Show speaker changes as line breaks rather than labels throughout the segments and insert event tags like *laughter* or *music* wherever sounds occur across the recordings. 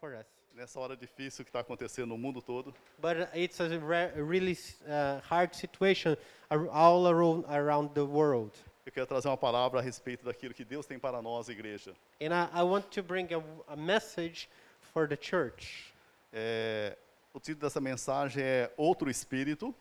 for us.
Nessa hora difícil que está acontecendo no mundo todo,
But it's a re- really uh, hard situation ar- all around, around the world.
eu quero trazer uma palavra a respeito daquilo que Deus tem para nós, igreja.
And I, I want to bring a, a message for the church.
É, o título dessa mensagem é Outro Espírito.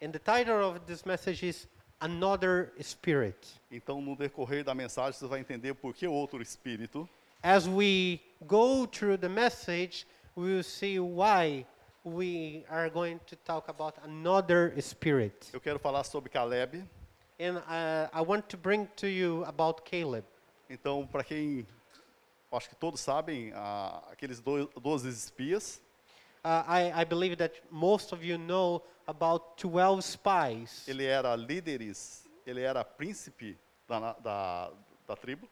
And the title of this message is Another Spirit.
Então, no decorrer da mensagem, você vai entender por que outro espírito.
As we go through the message, we will see why we are going to talk about another spirit.
Eu quero falar sobre Caleb.
And uh, I want to bring to you about Caleb.
Então, para quem, acho que todos sabem, a- aqueles do- 12 espias,
Uh, I, I believe that most of you know about 12 spies.
ele era líderes, ele era príncipe da, na- da, da tribo.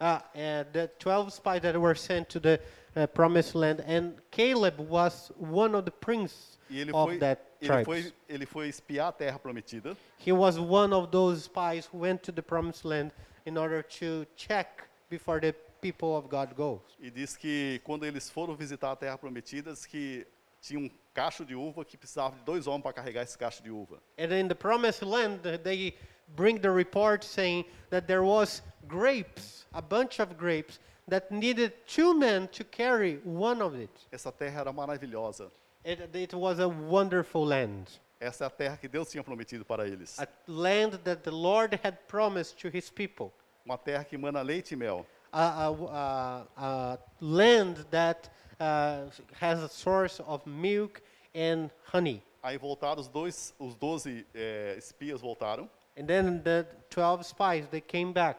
Uh, uh, the 12 spies that were sent to the uh, promised land, and Caleb was one of the prince
E ele
of
foi,
that
ele,
tribe.
foi, ele foi espiar a terra prometida.
He was one of those spies who went to the promised land in order to check before the people of God goes.
E diz que quando eles foram visitar a terra prometida, diz que tinha um cacho de uva que precisava de dois homens para carregar esse cacho de uva.
And in the promised land, uh, they bring the report saying that there was grapes, a bunch of grapes that needed two men to carry one of it.
Essa terra era maravilhosa.
It, it was a wonderful land,
Essa é a terra que Deus tinha prometido para eles.
a land that the Lord had promised to his people,
Uma terra que mana leite e mel.
a, a, a, a land that uh, has a source of milk and honey.
Aí voltaram os dois, os doze eh, espias voltaram
And then the 12 spies, they came back.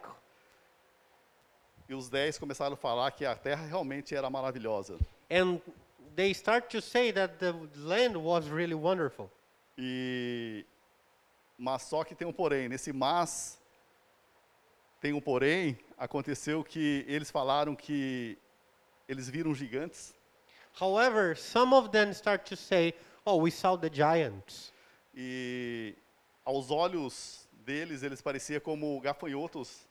e os dez começaram a falar que a terra realmente era maravilhosa.
And they start to say that the land was really wonderful.
E mas só que tem um porém. Nesse mas tem um porém. Aconteceu que eles falaram que eles viram gigantes
However, some of them start to say, Oh, we saw the giants.
e aos olhos deles eles pareciam como gafanhotos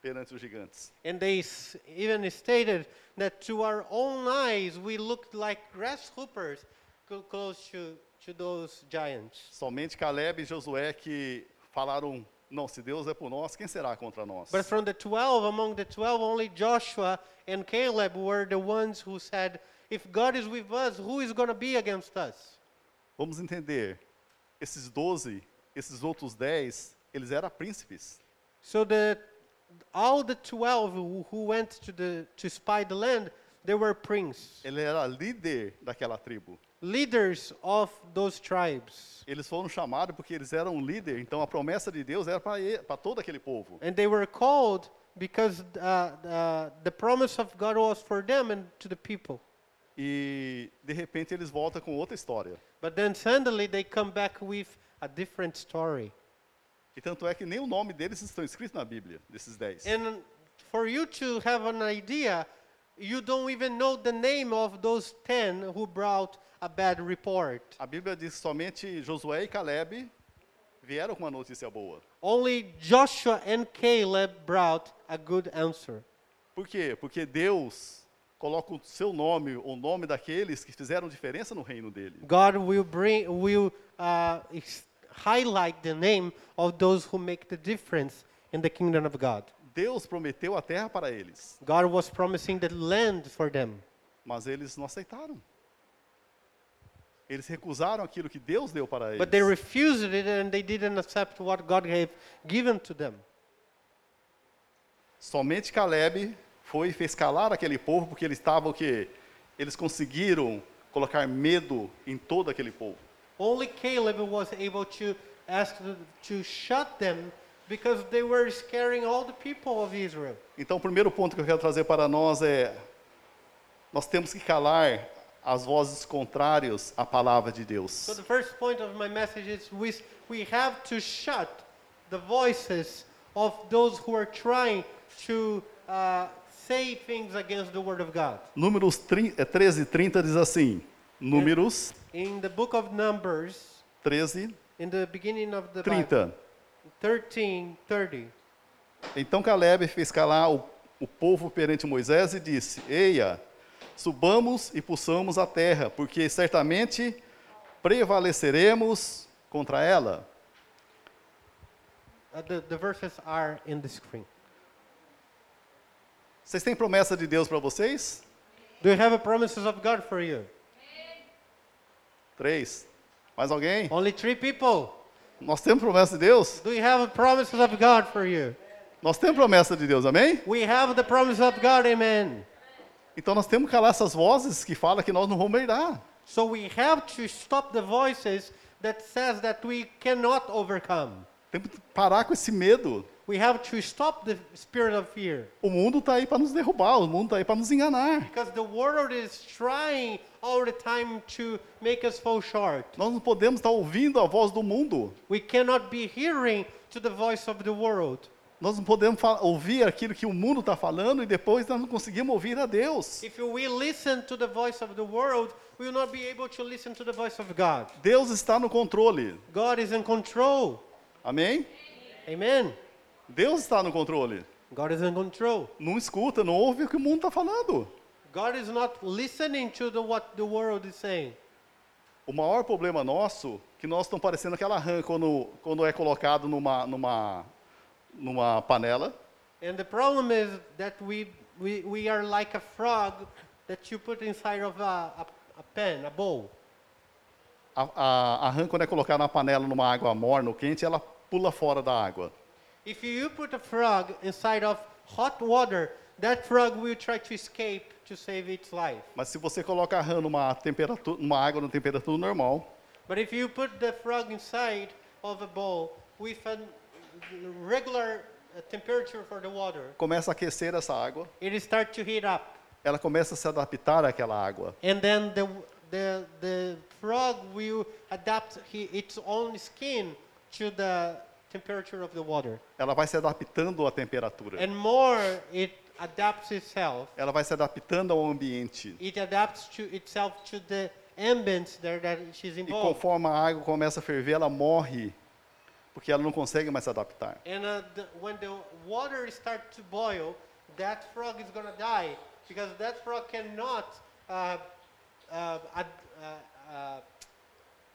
perante os gigantes.
And they s- even stated that to our own eyes, we looked like grasshoppers co- close to, to those giants.
Somente Caleb e Josué que falaram: não, se Deus é por nós, quem será contra nós?
But from the 12, among the 12, only Joshua and Caleb were the ones who said, If God is with us, who is going to be against us?
Vamos entender. Esses 12, esses outros 10, eles eram príncipes.
So the all the twelve who- who went to the to spy the land, they were princes,
Ele era líder daquela tribo.
leaders of those tribes,
Eles foram chamados porque eles eram líder, então a promessa de Deus era para todo aquele povo.
and they were called because uh, uh, the promise of God was for them and to the people.
E de repente eles voltam com outra história.
But then suddenly they come back with a different story.
E tanto é que nem o nome deles estão escritos na Bíblia, desses 10.
And for you to have an idea, you don't even know the name of those ten who brought a bad report.
A Bíblia diz que somente Josué e Caleb vieram com uma notícia boa.
Only Joshua and Caleb brought a good answer.
Por quê? Porque Deus coloca o seu nome, o nome daqueles que fizeram diferença no reino dele.
God will bring will uh, ex- highlight the name of those who make the difference in the kingdom of God.
Deus prometeu a terra para eles,
God was promising the land for them,
mas eles não aceitaram. Eles recusaram aquilo que Deus deu para eles.
but they refused it and they didn't accept what God had given to them.
Somente Caleb foi e fez calar aquele povo porque eles estavam o quê? Eles conseguiram colocar medo em todo aquele povo.
Only Caleb was able to ask th- to shut them because they were scaring all the people of Israel.
Então, o primeiro ponto que eu quero trazer para nós é nós temos que calar as vozes contrárias à palavra de Deus.
So the first point of my message is we, we have to shut the voices of those who are trying to uh, say things against the Word of God.
Números 13 é, 13, 30 diz assim: Números
In the book of Numbers,
13,
in the beginning of the Bible,
30.
13, 30.
Então Caleb fez calar o, o povo perante Moisés e disse: Eia, Subamos e pulsamos a terra, porque certamente prevaleceremos contra ela.
Uh, the, the verses are in the screen.
Vocês têm promessa de Deus para vocês?
Do you have a promises of God for you?
Três. Mais alguém?
Only three people.
Nós temos promessa de Deus?
Do you have a promises of God for you?
Nós temos promessa de Deus, amém?
We have the promises of God, amen.
Então nós temos que calar essas vozes que falam que nós não vamos herdar.
So we have to stop the voices that says that we cannot overcome.
Temos que parar com esse medo.
We have to stop the spirit of fear
O mundo está aí para nos derrubar, o mundo está aí para nos enganar.
because the world is trying all the time to make us fall short.
Nós não podemos estar ouvindo a voz do mundo.
We cannot be hearing to the voice of the world.
Nós não podemos fa- ouvir aquilo que o mundo está falando e depois nós não conseguimos ouvir a Deus.
If we listen to the voice of the world, we will not be able to listen to the voice of God.
Deus está no controle.
God is in control.
Amém?
Amen.
Deus está no controle.
God is in control.
Não escuta, não ouve o que o mundo está falando.
God is not listening to the, what the world is saying.
O maior problema nosso que nós estamos parecendo aquela rã quando, quando é colocado numa, numa, numa panela.
And the problem is that we, we, we are like a frog that you put inside of a, a, a pen, a bowl.
A, a, a rã, quando é colocada na panela numa água morna ou quente, ela pula fora da água.
If you put a frog inside of hot water, that frog will try to escape to save its life.
Mas se você coloca a rã numa, temperatura, numa água numa temperatura normal,
But if you put the frog inside of a bowl with a regular uh, temperature for the water,
começa a aquecer essa água,
it starts to heat up.
ela começa a se adaptar àquela água.
And then the, the, the frog will adapt he, its own skin to the temperature of the water.
Ela vai se adaptando à temperatura.
And more, it adapts itself.
Ela vai se adaptando ao ambiente.
It adapts to itself to the ambience there that she's
E
involved.
conforme a água começa a ferver, ela morre, porque ela não consegue mais se adaptar.
And uh, the, when the water starts to boil, that frog is gonna die because that frog cannot uh, uh, ad, uh, uh,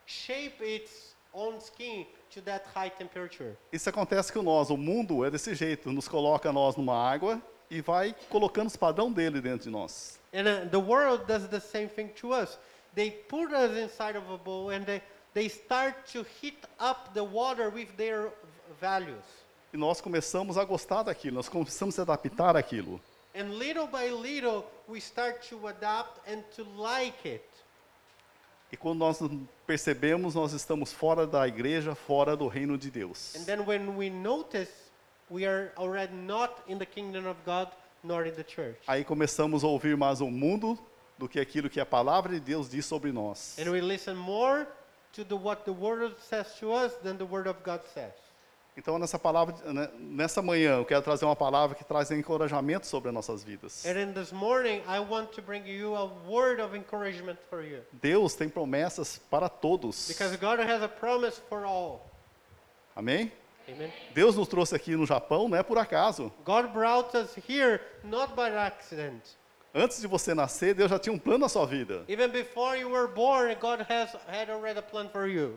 shape its own skin to that high temperature.
Isso acontece com nós. O mundo é desse jeito. Nos coloca nós numa água e vai colocando os padrão dele dentro de nós.
And uh, the world does the same thing to us. They put us inside of a bowl and they, they start to heat up the water with their v- values.
E nós começamos a gostar daquilo. Nós começamos a se adaptar àquilo.
And little by little, we start to adapt and to like it.
E quando nós percebemos, nós estamos fora da igreja, fora do reino de Deus.
And then when we notice, we are already not in the kingdom of God nor in the church.
Aí começamos a ouvir mais o mundo do que aquilo que a palavra de Deus diz sobre nós.
And we listen more to the, what the world says to us than the word of God says.
Então, nessa palavra, né, nessa manhã, eu quero trazer uma palavra que traz encorajamento sobre as nossas vidas.
And in this morning, I want to bring you a word of encouragement for you.
Deus tem promessas para todos.
Because God has a promise for all.
Amém?
Amen.
Deus nos trouxe aqui no Japão, não é por acaso.
God brought us here not by accident.
Antes de você nascer, Deus já tinha um plano na sua vida.
Even before you were born, God has had already a plan for you.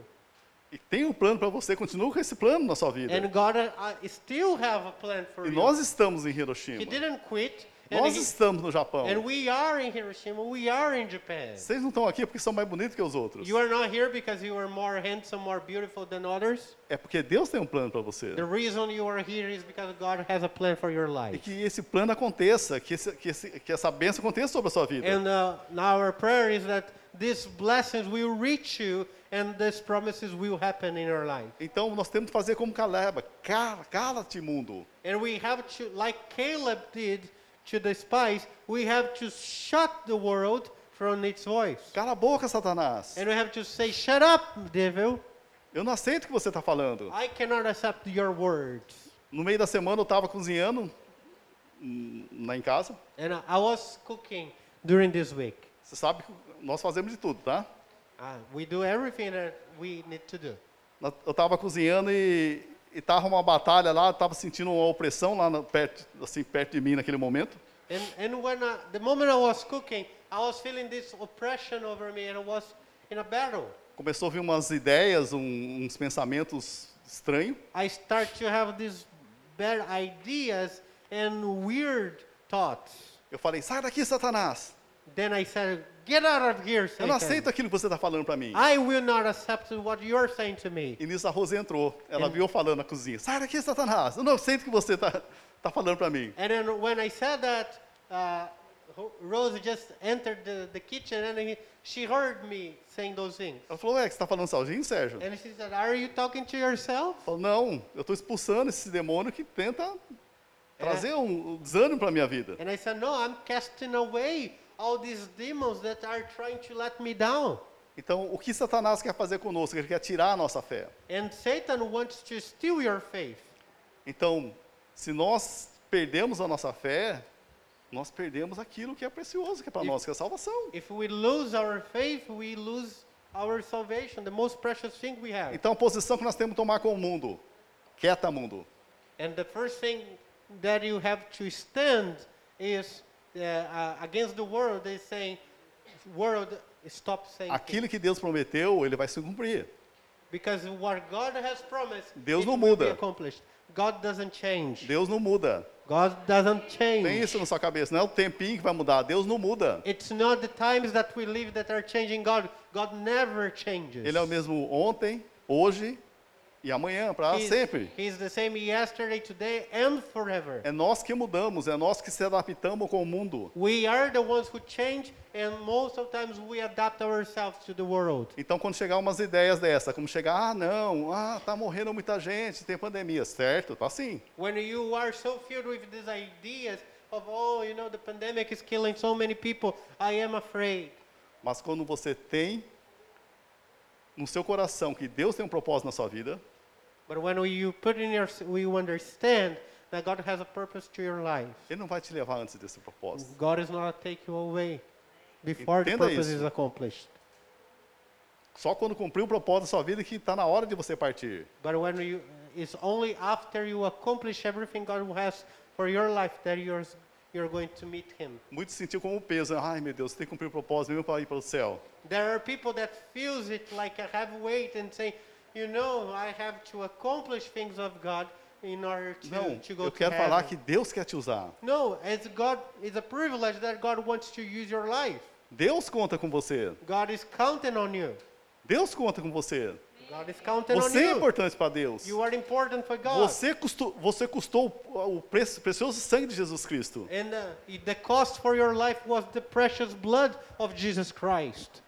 E tem um plano para você, continua com esse plano na sua vida.
And God uh, still have a plan for
E
you.
nós estamos em
He
Hiroshima.
didn't quit. And,
Nós
he-
estamos no Japão.
and we are in Hiroshima. We are in Japan.
Vocês não estão aqui porque são mais bonitos que os outros.
You are not here because you are more handsome, more beautiful than others.
É porque Deus tem um plano para você.
The reason you are here is because God has a plan for your
E
life.
que esse plano aconteça, que, esse- que esse- que essa bênção aconteça sobre a sua vida.
And uh, now our prayer is that these blessings will reach you and these promises will happen in your life.
Então nós temos que fazer como Caleb. Cala, cala-te, mundo.
And we have to, like Caleb did to the spies, we have to shut the world from its voice.
Cala a boca, Satanás.
And we have to say, Shut up, devil.
Eu não aceito o que você está falando.
I cannot accept your words.
No meio da semana eu estava cozinhando hum, lá em casa.
And I- I was cooking during this week.
Você sabe que nós fazemos de tudo, tá?
Uh, we do everything that we need to do.
Na- Eu estava cozinhando e estava uma batalha lá, estava sentindo uma opressão lá na- perto, assim, perto de mim naquele momento.
And, and when I, the moment I was cooking, I was feeling this oppression over me and I was in a battle.
Começou a vir umas ideias, um- uns pensamentos estranhos.
I start to have these bad ideas and weird thoughts.
Eu falei, sai daqui, Satanás.
Then I said, get out of here,
Eu não
Satan.
aceito aquilo que você está falando para mim.
I will not accept what you're saying to me.
E nisso a Rosa entrou. Ela viu eu falando na cozinha. Sai daqui, Satanás. Eu não aceito o que você está tá falando para mim.
And then when I said that, uh, Ho- Rose just entered the, the kitchen and he, she heard me saying those things.
Ela falou, ué, você está falando sozinho, Sérgio? Eu
And she said, Are you talking to yourself?
falei, não, eu estou expulsando esse demônio que tenta trazer um, um desânimo para minha vida.
And I said, No, I'm casting away all these demons that are trying to let me down.
Então, o que Satanás quer fazer conosco? Ele quer tirar a nossa fé.
And Satan wants to steal your faith.
Então, se nós perdemos a nossa fé, nós perdemos aquilo que é precioso, que é para
E-
nós, que é a salvação.
If we lose our faith, we lose our salvation, the most precious thing we have.
Então, a posição que nós temos que tomar com o mundo, quieta mundo.
And the first thing that you have to stand is uh, uh, against the world. They saying, world, stop saying things.
Aquilo que Deus prometeu, ele vai se cumprir.
because what God has promised,
Deus
it
não
will be
muda.
accomplished. God doesn't change.
Deus não muda.
God doesn't
Tem
change.
isso na sua cabeça, não é o tempinho que vai mudar, Deus não muda.
It's not the times that we live that are changing God. God never changes.
Ele é o mesmo ontem, hoje e amanhã, para
He's-
sempre.
He's the same yesterday, today, and forever.
É nós que mudamos, é nós que se adaptamos com o mundo.
we are the ones who change, and most of times we adapt ourselves to the world.
Então, quando chegar umas ideias dessa, como chegar, ah, não, ah, tá morrendo muita gente, tem pandemia, certo? Tá sim.
When you are so filled with these ideas of, oh, you know, the pandemic is killing so many people, I am afraid.
Mas quando você tem no seu coração que Deus tem um propósito na sua vida,
But when we, you put in your, you understand that God has a purpose to your life.
Ele não vai te levar antes desse propósito.
God is not take you away before the
Entenda
purpose
isso.
is accomplished.
Só quando cumprir o propósito da sua vida que está na hora de você partir.
But when you, it's only after you accomplish everything God has for your life that you're, you're going to meet Him.
Muitos sentiu como um peso, né? ai meu Deus, tem que cumprir o propósito mesmo para ir para o céu.
There are people that feels it like a heavy weight and say, you know, I have to accomplish things of God in order to,
Não,
to go
eu
to
quero
heaven.
falar que Deus quer te usar.
No, it's God. It's a privilege that God wants to use your life.
Deus conta com você.
God is counting on you.
Deus conta com você.
God is counting on
Você é
you.
importante para Deus.
You are important for God.
Você custou, você custou o o preço, precioso sangue de Jesus Cristo.
And uh, the cost for your life was the precious blood of Jesus Christ.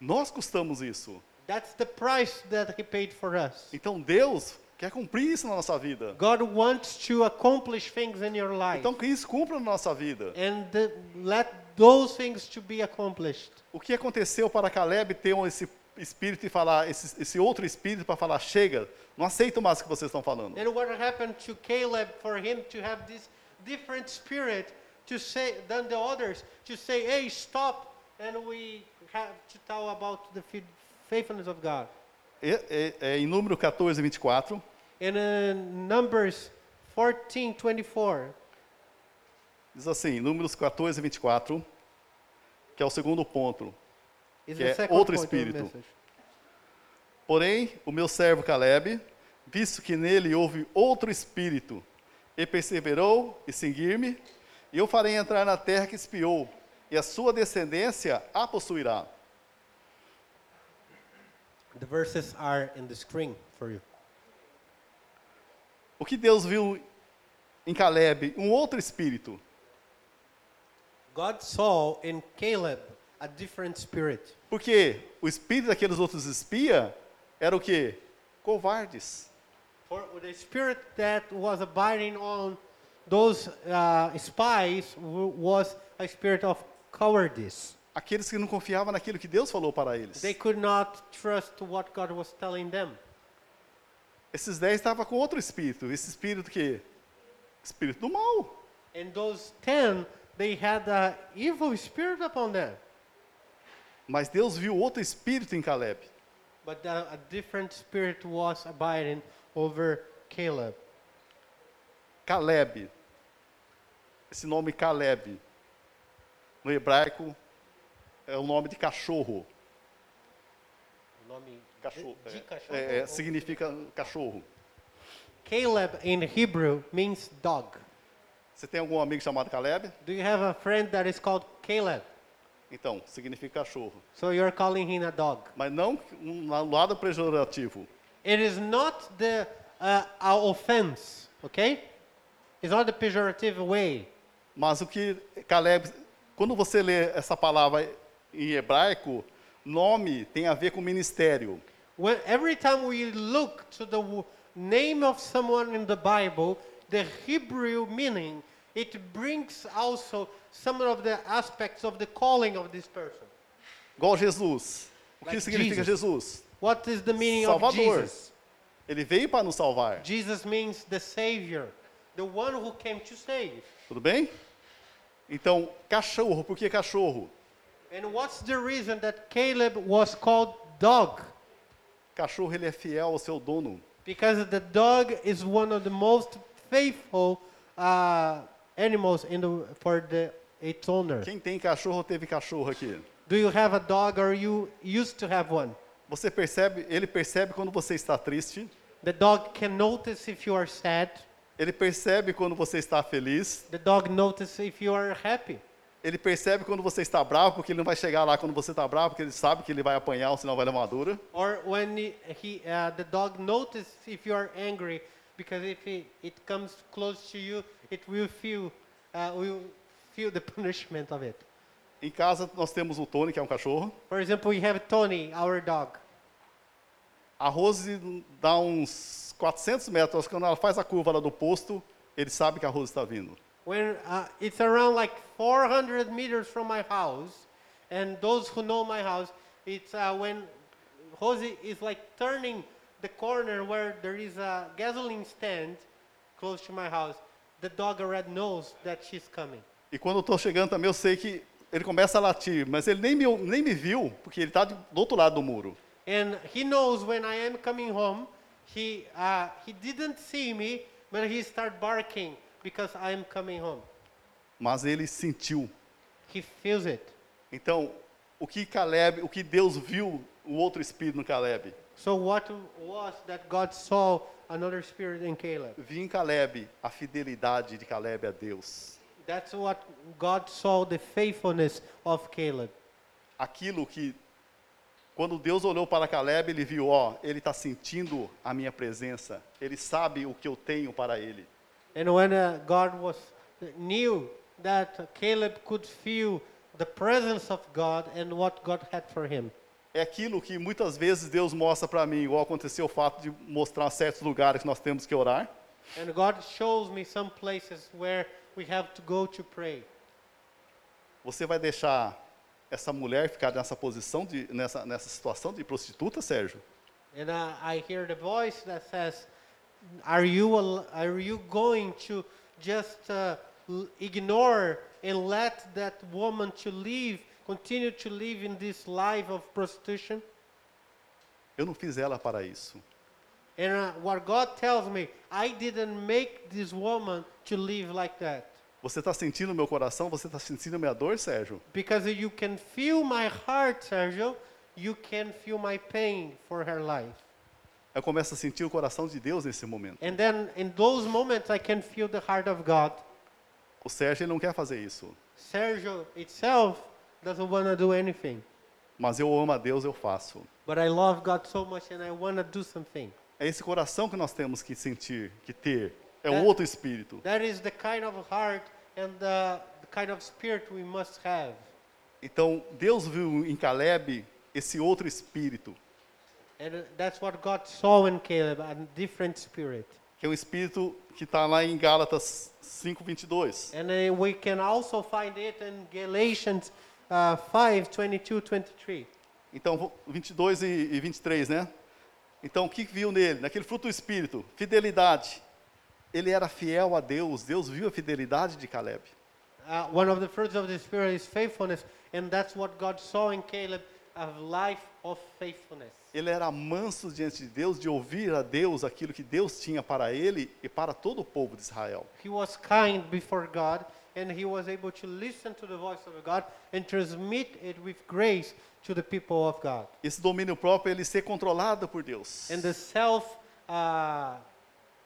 Nós custamos isso.
That's the price that he paid for us.
Então Deus quer cumprir isso na nossa vida.
God wants to accomplish things in your life.
Então que isso cumpra na nossa vida.
and the, let those things to be accomplished.
O que aconteceu para Caleb ter um- esse espírito e falar esse, esse outro espírito para falar chega, não aceito mais o que vocês estão falando.
And what happened to Caleb for him to have this different spirit to say than the others to say, "Hey, stop!" And we have to talk about the fi- faithfulness of God.
É- é- é em número 14 e 24,
In uh, Numbers 14:24,
diz assim, números 14 e 24, que é o segundo ponto.
is
Que
the
é
second
outro
point of the
espírito.
message.
Porém, o meu servo Caleb, visto que nele houve outro espírito, e perseverou e seguir-me, e eu farei entrar na terra que espiou, e a sua descendência a possuirá.
The verses are in the screen for you.
O que Deus viu em Caleb, um outro espírito.
God saw in Caleb a different spirit
Porque o espírito daqueles outros espia era o quê? Covardes.
For the spirit that was abiding on those uh, spies w- was a spirit of cowardice.
Aqueles que não confiavam naquilo que Deus falou para eles.
They could not trust what God was telling them.
Esses dez estavam com outro espírito. Esse espírito que? Espírito do mal.
And those ten, they had an evil spirit upon them,
Mas Deus viu outro espírito em Caleb.
but uh, a different spirit was abiding over Caleb.
Caleb. Esse nome Caleb. No hebraico é o nome de cachorro.
O nome
Cachorro.
de, de
é,
cachorro.
é, é, significa cachorro.
Caleb in Hebrew means dog.
Você tem algum amigo chamado Caleb?
Do you have a friend that is called Caleb?
Então, significa cachorro.
So you're calling him a dog.
Mas não um la- lado pejorativo.
It is not the uh, a offense, okay? It's not the pejorative way.
Mas o que Caleb. Quando você lê essa palavra em hebraico, nome tem a ver com ministério.
When, every time we look to the w- name of someone in the Bible, the Hebrew meaning, it brings also some of the aspects of the calling of this person.
Igual Jesus. O que
Like
significa Jesus?
What is the meaning of
Salvador.
Jesus?
Ele veio para nos salvar.
Jesus means the Savior, the one who came to save.
Tudo bem? Então, cachorro, por que cachorro?
And what's the reason that Caleb was called dog?
Cachorro ele é fiel ao seu dono.
Because the dog is one of the most faithful uh, animals in the, for the, its owner.
Quem tem cachorro teve cachorro aqui.
Do you have a dog or you used to have one?
Você percebe, ele percebe quando você está triste,
The dog can notice if you are sad.
ele percebe quando você está feliz,
The dog notices if you are happy.
ele percebe quando você está bravo, porque ele não vai chegar lá quando você está bravo, porque ele sabe que ele vai apanhar, ou senão vai levar uma dura.
Or when he, he, uh, the dog notices if you are angry, because if he, it comes close to you, it will feel, uh, will feel the *laughs* punishment of it.
Em casa nós temos o Tony, que é um cachorro.
For example, we have Tony, our dog.
A Rose dá uns 400 metros, quando ela faz a curva lá do posto, ele sabe que a Rose está vindo.
When uh, it's around like 400 meters from my house, and those who know my house, it's uh, when Jose is like turning the corner where there is a gasoline stand close to my house. The dog already knows that she's coming.
E quando eu estou chegando também, eu sei que ele começa a latir, mas ele nem me, nem me viu, porque ele está do outro lado do muro.
And he knows when I am coming home. He, uh, he didn't see me, but he started barking because I am coming home.
Mas ele sentiu.
He feels it.
Então, o que Caleb, o que Deus viu, o outro espírito no Caleb,
So what was that God saw another spirit in Caleb?
viu em Caleb a fidelidade de Caleb a Deus.
That's what God saw the faithfulness of Caleb.
Aquilo que quando Deus olhou para Caleb, ele viu, ó, ele está sentindo a minha presença. Ele sabe o que eu tenho para ele.
And when uh, God was knew that Caleb could feel the presence of God and what God had for him.
É aquilo que muitas vezes Deus mostra para mim, igual aconteceu o fato de mostrar certos lugares que nós temos que orar.
And God shows me some places where we have to go to pray.
Você vai deixar essa mulher ficar nessa posição, de, nessa, nessa situação de prostituta, Sérgio?
And uh, I hear the voice that says, "Are you al- are you going to just uh, l- ignore and let that woman to live, continue to live in this life of prostitution?"
Eu não fiz ela para isso.
And uh, what God tells me, I didn't make this woman to live like that
Você está sentindo o meu coração? Você está sentindo a minha dor, Sérgio?
because you can feel my heart, Sergio. You can feel my pain for her life.
Eu começo a sentir o coração de Deus nesse momento.
And then in those moments, I can feel the heart of God.
O Sérgio ele não quer fazer isso.
Sergio itself doesn't want to do anything.
Mas eu amo a Deus, eu faço.
But I love God so much and I want to do something.
É esse coração que nós temos que sentir, que ter.
É.
É o outro espírito.
That is the kind of heart and the, the kind of spirit we must have.
Então, Deus viu em Caleb esse outro espírito,
And uh, that's what God saw in Caleb a different spirit.
que é um espírito que está lá em Gálatas 5, 22.
And uh, we can also find it in Galatians uh, 5 22 23.
Então, vo- 22 e e 23, né? Então, o que viu nele? Naquele fruto do Espírito, fidelidade. Ele era fiel a Deus, Deus viu a fidelidade de Caleb.
Uh, one of the fruits of the Spirit is faithfulness, and that's what God saw in Caleb a life of faithfulness.
Ele era manso diante de Deus, de ouvir a Deus aquilo que Deus tinha para ele e para todo o povo de Israel.
He was kind before God and he was able to listen to the voice of God and transmit it with grace to the people of God.
Esse domínio próprio, ele ser controlado por Deus.
And the self uh,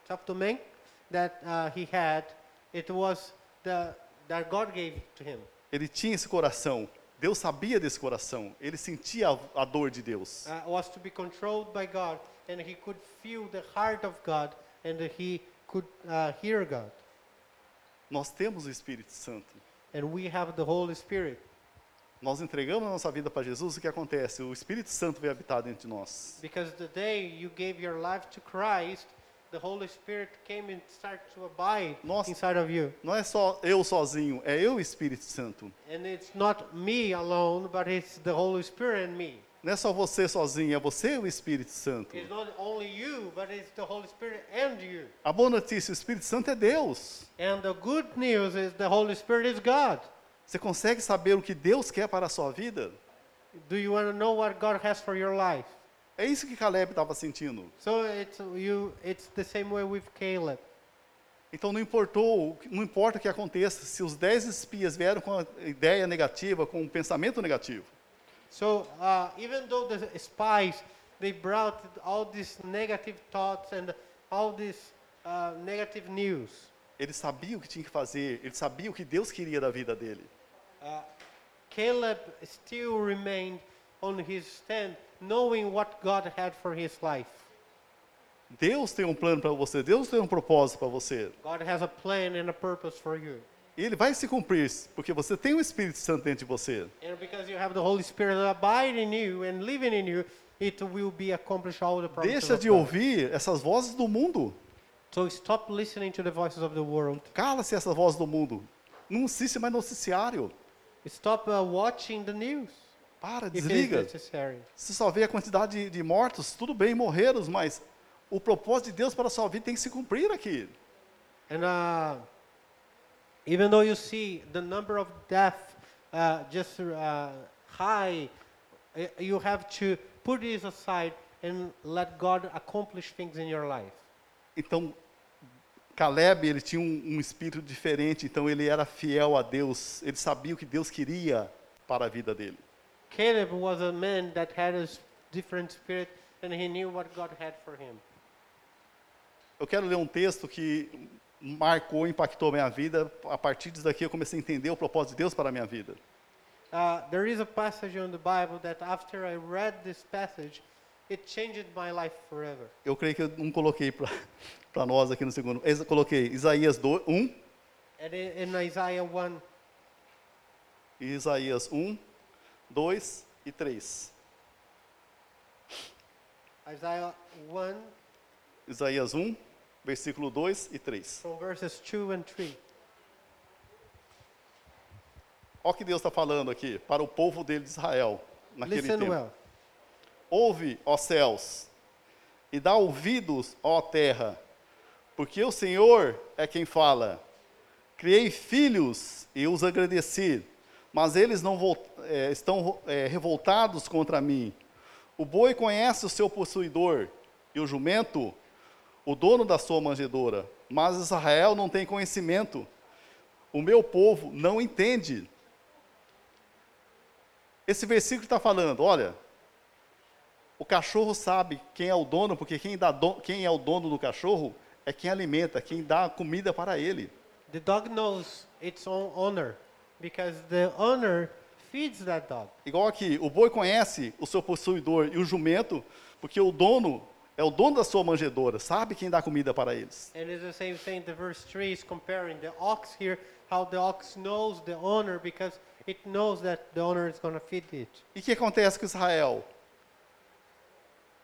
self-domain that uh, he had, it was the that God gave to him.
Ele tinha esse coração. Deus sabia desse coração. Ele sentia a, a dor de Deus.
uh, was to be controlled by God, and he could feel the heart of God, and he could uh, hear God.
Nós temos o Espírito Santo.
And we have the Holy Spirit
Nós entregamos a nossa vida para Jesus, o que acontece? O Espírito Santo vem habitar dentro de nós.
because the day you gave your life to Christ, the Holy Spirit came and started to abide
Nossa.
inside of you.
Não é só eu sozinho, é eu e o Espírito Santo.
And it's not me alone, but it's the Holy Spirit and me.
Não é só você sozinho, é você e o Espírito Santo.
It's not only you, but it's the Holy Spirit and you.
A boa notícia, o Espírito Santo é Deus.
And the good news is the Holy Spirit is God.
Você consegue saber o que Deus quer para a sua vida?
Do you want to know what God has for your life?
É isso que Caleb estava sentindo.
So it's you. It's the same way with Caleb.
Então não importou, não importa o que aconteça, se os dez espias vieram com a ideia negativa, com um pensamento negativo,
So uh, even though the spies they brought all these negative thoughts and all this uh, negative news,
ele sabia o que tinha que fazer, ele sabia o que Deus queria da vida dele.
uh, Caleb still remained on his stand, knowing what God had for his life.
Deus tem um plano para você, Deus tem um propósito para você.
God has a plan and a purpose for you,
E ele vai se cumprir, porque você tem o Espírito Santo dentro de você.
and because you have the Holy Spirit abiding in you and living in you, it will be accomplished all the promises.
Deixa
of
de
God.
ouvir essas vozes do mundo.
So stop listening to the voices of the world.
Cala-se essa voz do mundo. Não assiste mais noticiário.
Stop uh, watching the news
Para,
if it's
desliga.
necessary.
Se só vê a quantidade de, de mortos, tudo bem, morreram, mas o propósito de Deus para a sua vida tem que se cumprir aqui.
And uh, even though you see the number of death uh, just uh, high, uh, you have to put this aside and let God accomplish things in your life.
Então, Caleb, ele tinha um, um espírito diferente, então ele era fiel a Deus, ele sabia o que Deus queria para a vida dele.
Caleb was a man that had a s- different spirit and he knew what God had for him.
Eu quero ler um texto que marcou, impactou a minha vida. A partir disso daqui eu comecei a entender o propósito de Deus para a minha vida.
Uh, there is a passage in the Bible that after I read this passage, it changed my life forever.
Eu creio que eu não coloquei *laughs* para nós aqui no segundo. Eu coloquei Isaías um, 2, 1,
And i- in Isaiah 1,
Isaías 1, 2 e 3.
Isaiah 1
Isaías 1, versículo 2 e 3.
from verses 2 and 3.
Olha o que Deus está falando aqui para o povo dele de Israel naquele
Listen
tempo.
well.
Ouve, ó céus, e dá ouvidos, ó terra, porque o Senhor é quem fala. Criei filhos e os agradeci, mas eles não vol- eh, estão ro- eh, revoltados contra mim. O boi conhece o seu possuidor e o jumento, o dono da sua manjedoura, mas Israel não tem conhecimento. O meu povo não entende. Esse versículo está falando, olha, o cachorro sabe quem é o dono, porque quem, dá do- quem é o dono do cachorro é quem alimenta, quem dá comida para ele.
The dog knows its own owner because the owner feeds that dog.
Igual aqui, o boi conhece o seu possuidor e o jumento, porque o dono é o dono da sua manjedoura, sabe quem dá comida para eles.
And it's the same thing. The verse 3 is comparing the ox here, how the ox knows the owner because it knows that the owner is going to feed it.
E o que acontece com Israel?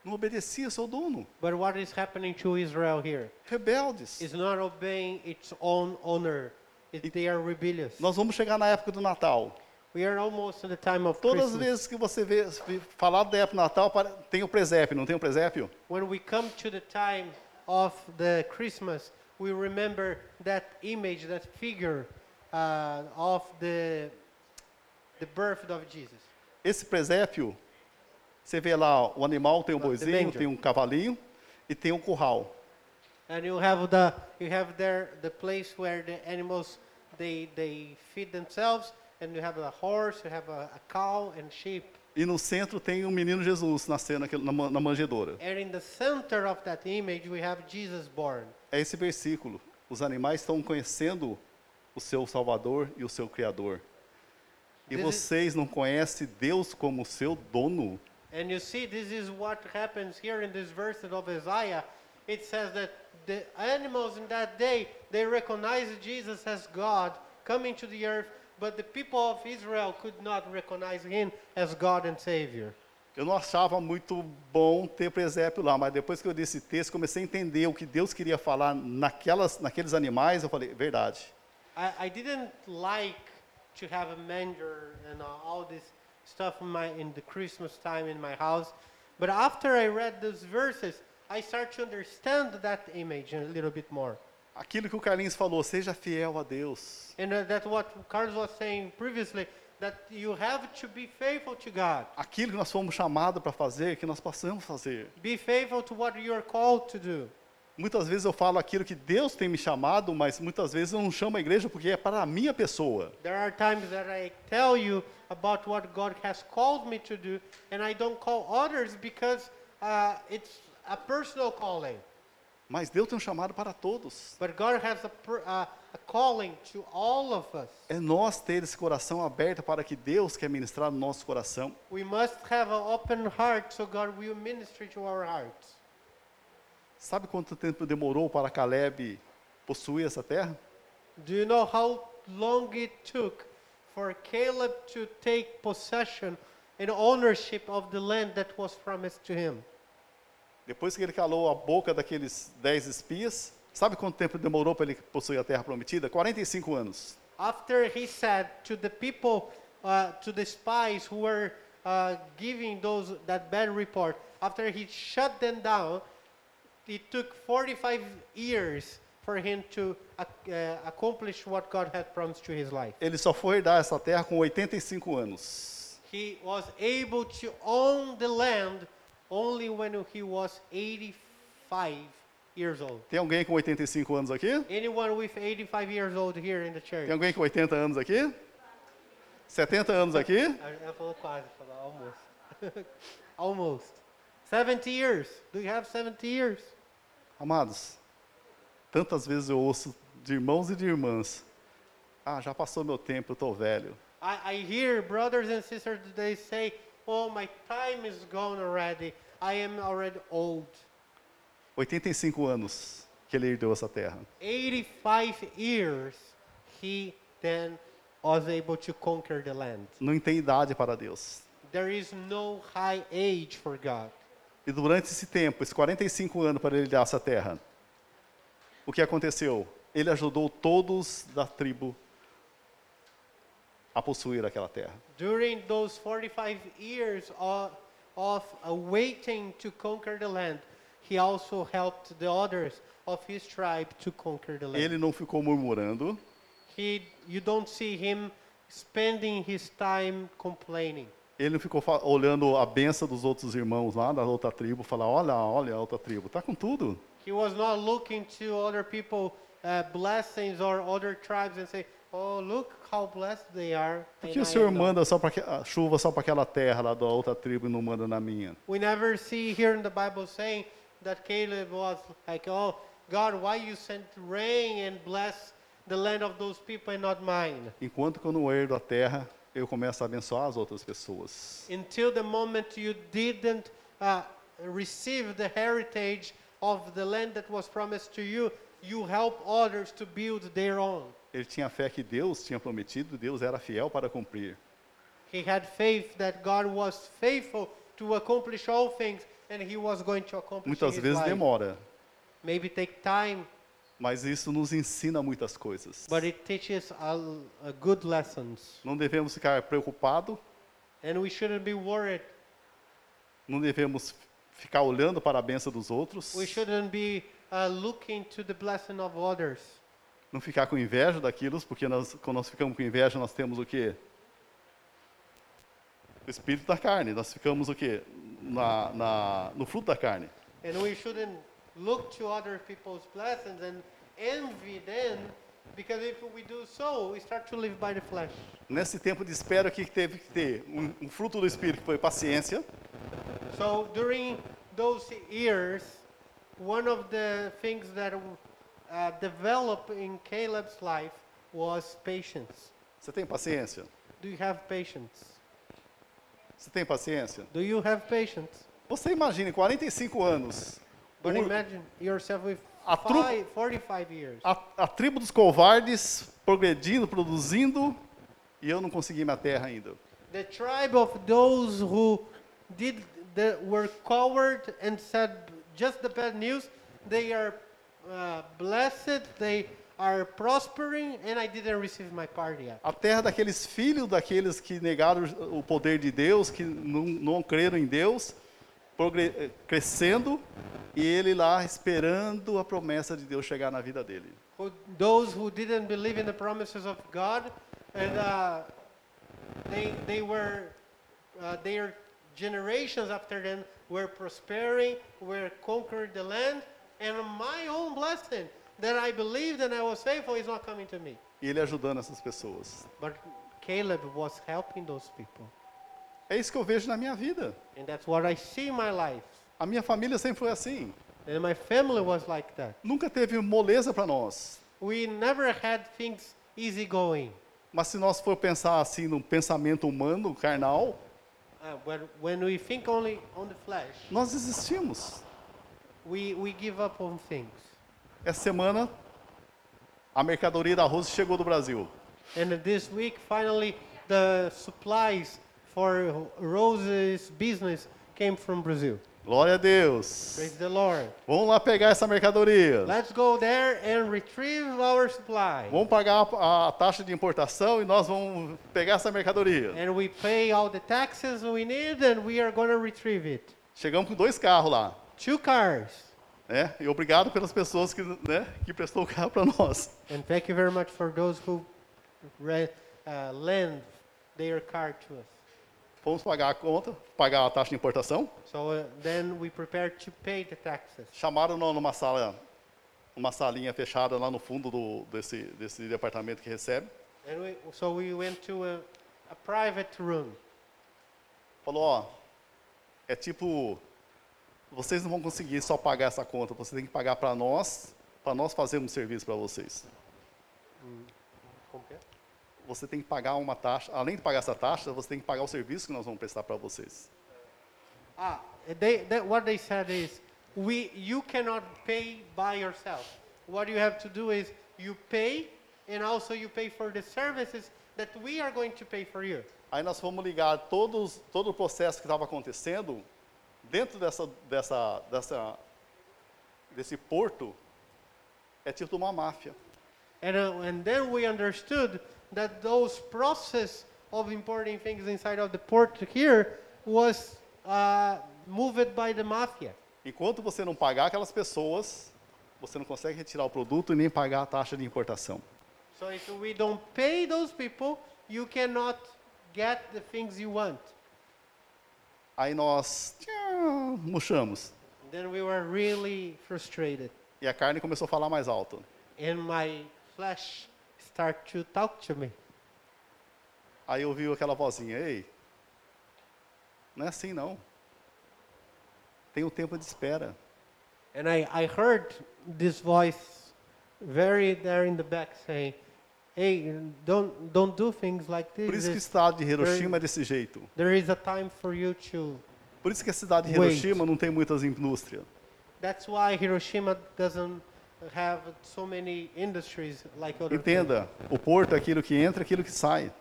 Não obedecia ao seu dono,
But what is happening to Israel here
rebeldes.
is not obeying its own owner. It, they are rebellious.
Nós vamos chegar na época do Natal.
We are almost in the time of
Todas as
Christmas.
vezes que você vê vê falar da época do Natal, pare- tem o presépio, não tem o presépio?
When we come to the time of the Christmas, we remember that image, that figure uh, of the the birth of Jesus.
Esse presépio, você vê lá, ó, o animal tem um boizinho,
manger.
tem um cavalinho e tem um curral.
And you have the you have there the place where the animals they, they feed themselves, and you have a horse, you have a, a cow, and sheep.
E no centro tem um menino Jesus nascendo aqui na, ma- na manjedoura.
And in the center of that image, we have Jesus born.
É esse versículo. Os animais estão conhecendo o seu Salvador e o seu Criador. E
This is-
vocês não conhecem Deus como seu dono?
And you see, this is what happens here in this verse of Isaiah. It says that the animals in that day they recognized Jesus as God coming to the earth, but the people of Israel could not recognize him as God and Savior.
Eu não achava muito bom ter presépio lá, mas depois que eu li esse texto, comecei a entender o que Deus queria falar naquelas, naqueles animais. Eu falei, verdade.
I, I didn't like to have a manger and a- all this stuff in my in the Christmas time in my house, but after I read those verses, I start to understand that image a little bit more.
Aquilo que o Carlinhos falou, seja fiel a Deus.
And uh, that's what Carlos was saying previously, that you have to be faithful to God.
Aquilo que nós fomos chamados para fazer, que nós passamos a fazer.
Be faithful to what you are called to do.
Muitas vezes eu falo aquilo que Deus tem me chamado, mas muitas vezes eu não chamo a igreja porque é para a minha pessoa.
There are times that I tell you about what God has called me to do, and I don't call others because uh, it's a personal calling.
Mas Deus tem um chamado para todos.
But God has a, per, uh, a calling to all of us.
É nós ter esse coração aberto para que Deus quer ministrar no nosso coração.
We must have an open heart so God will minister to our hearts.
Sabe quanto tempo demorou para Caleb possuir essa terra?
Do you know how long it took for Caleb to take possession and ownership of the land that was promised to him?
Depois que ele calou a boca daqueles dez espias, sabe quanto tempo demorou para ele possuir a terra prometida? 45 anos.
After he said to the people, uh, to the spies who were uh, giving those that bad report, after he shut them down, it took 45 years for him to ac- uh, accomplish what God had promised to his life.
Ele só foi herdar essa terra com 85 anos.
He was able to own the land only when he was 85 years old.
Tem alguém com 85 anos aqui?
Anyone with 85 years old here in the church?
Tem alguém com 80 anos aqui? 70 anos aqui?
Ela ela falou quase, falou almost. *laughs* almost. 70 years. Do you have 70 years?
Amados, tantas vezes eu ouço de irmãos e de irmãs: Ah, já passou meu tempo, eu estou velho.
I, I hear brothers and sisters they say, "Oh, my time is gone already. I am already old."
85 anos que ele herdou essa terra.
85 years he then was able to conquer the land.
Não tem idade para Deus.
There is no high age for God.
E durante esse tempo, esses 45 anos para ele dar essa terra, o que aconteceu? Ele ajudou todos da tribo a possuir aquela terra.
During those 45 years of, of uh, waiting to conquer the land, he also helped the others of his tribe to conquer the land.
Ele não ficou murmurando,
He, you don't see him spending his time complaining.
ele não ficou fa- olhando a benção dos outros irmãos lá da outra tribo, falar, olha, olha a outra tribo, tá com tudo.
He was not looking to other people uh, blessings or other tribes and say, "Oh, look how blessed they are."
Por
and
que
I
o senhor
am not?"
manda só pra que- a chuva só para aquela terra lá da outra tribo e não manda na minha?
We never see here in the Bible saying that Caleb was like, "Oh God, why you sent rain and bless the land of those people and not mine?"
Enquanto que eu não herdo a terra, eu começo a abençoar as outras pessoas.
Until the moment you didn't uh, receive the heritage of the land that was promised to you, you help others to build their own.
Ele tinha fé que Deus tinha prometido, Deus era fiel para cumprir.
He had faith that God was faithful to accomplish all things, and He was going to accomplish. in
Muitas
his
vezes
life.
demora,
Maybe take time,
mas isso nos ensina muitas coisas.
but it teaches a, a good lessons.
Não devemos ficar preocupados,
And we shouldn't be worried.
não devemos ficar olhando para a benção dos outros,
We shouldn't be uh, looking to the blessing of others.
não ficar com inveja daquilo, porque nós, quando nós ficamos com inveja, nós temos o quê? O espírito da carne, nós ficamos o quê? Na, na, no fruto da carne.
And we shouldn't look to other people's blessings and envy them Because if we do so, we start to live by the flesh.
Nesse tempo de espera aqui que teve que ter um, um fruto do Espírito, que foi paciência.
So during those years, one of the things that uh, developed in Caleb's life was patience.
Você tem paciência?
Do you have patience?
Você tem paciência?
Do you have patience?
Você imagine, 45 anos,
But
Ur-
imagine yourself with
A tru-
five, 45 years.
a, a tribo dos covardes progredindo, produzindo, e eu não consegui minha terra ainda.
The tribe of those who did the, were coward and said just the bad news. They are uh, blessed. They are prospering, and I didn't receive my part yet.
A terra daqueles filhos daqueles que negaram o poder de Deus, que não, não creram em Deus, progre- eh, crescendo, e ele lá esperando a promessa de Deus chegar na vida dele.
Who, those who didn't believe in the promises of God, and uh, they they were uh, their generations after them were prospering, were conquering the land, and my own blessing that I believed and I was faithful is not coming to me.
E ele ajudando essas pessoas.
But Caleb was helping those people.
É isso que eu vejo na minha vida.
And that's what I see in my life.
A minha família sempre foi assim.
And my family was like that.
Nunca teve moleza para nós.
We never had things easy going.
Mas se nós for pensar assim num pensamento humano, carnal,
Uh, when, when we think only on the flesh,
nós desistimos.
we, we give up on things.
Essa semana, a mercadoria da Rose chegou do Brasil.
And this week, finally, the supplies for Rose's business came from Brazil.
Glória a Deus.
Praise the Lord.
Vamos lá pegar essa mercadoria.
Let's go there and retrieve our supply.
Vamos pagar a, a taxa de importação e nós vamos pegar essa mercadoria.
And we pay all the taxes we need and we are going to retrieve it.
Chegamos com dois carros lá.
Two cars.
Né? E obrigado pelas pessoas que, né, que prestou o carro para nós.
And thank you very much for those who re, uh, lend their car to us.
Fomos pagar a conta, pagar a taxa de importação.
So uh, then we prepare to pay the taxes.
Chamaram nós numa sala, uma salinha fechada lá no fundo do, desse, desse departamento que recebe.
And we, so we went to a, a private room.
Falou, ó, é tipo, vocês não vão conseguir só pagar essa conta, vocês têm que pagar para nós, para nós fazermos serviço para vocês. Você tem que pagar uma taxa, além de pagar essa taxa, você tem que pagar o serviço que nós vamos prestar para vocês.
Ah, they, that, what they said is, we, you cannot pay by yourself. What you have to do is you pay, and also you pay for the services that we are going to pay for you.
Aí nós fomos ligar todos, todo o processo que estava acontecendo dentro dessa, dessa, dessa, desse porto, é tipo uma máfia.
And, uh, and then we understood that those process of importing things inside of the port here was uh, moved by the mafia.
Enquanto você não pagar aquelas pessoas, você não consegue retirar o produto e nem pagar a taxa de importação.
So if we don't pay those people, you cannot get the things you want.
Aí nós tchau, murchamos.
And then we were really frustrated,
E a carne começou a falar mais alto.
and my flesh start to talk to me.
Aí eu ouvi aquela vozinha, ei, não é assim não. Tem um tempo de espera.
And I, I heard this voice very there in the back saying, "Hey, don't don't do things like this.
Por isso que o
It's-
estado de Hiroshima é desse jeito.
There is a time for you to.
Por isso que a cidade de
Wait.
Hiroshima não tem muitas indústrias.
That's why Hiroshima doesn't have so many industries like other. places.
Entenda, o porto é aquilo que entra, aquilo que sai.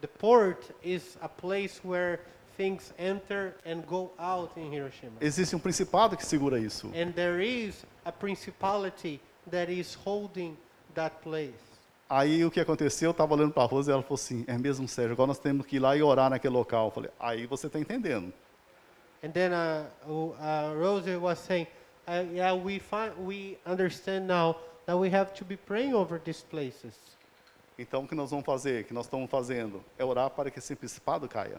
The port is a place where things enter and go out in Hiroshima.
Existe um principado que segura isso.
and there is a principality that is holding that place.
Aí o que aconteceu, eu estava olhando para a Rosa e ela falou assim, é mesmo, Sérgio, agora nós temos que ir lá e orar naquele local. Eu falei, aí você está entendendo.
And then uh, oh, uh, Rosie was saying, uh, "Yeah, we find we understand now that we have to be praying over these places.
Então o que nós vamos fazer, o que nós estamos fazendo, é orar para que esse principado caia.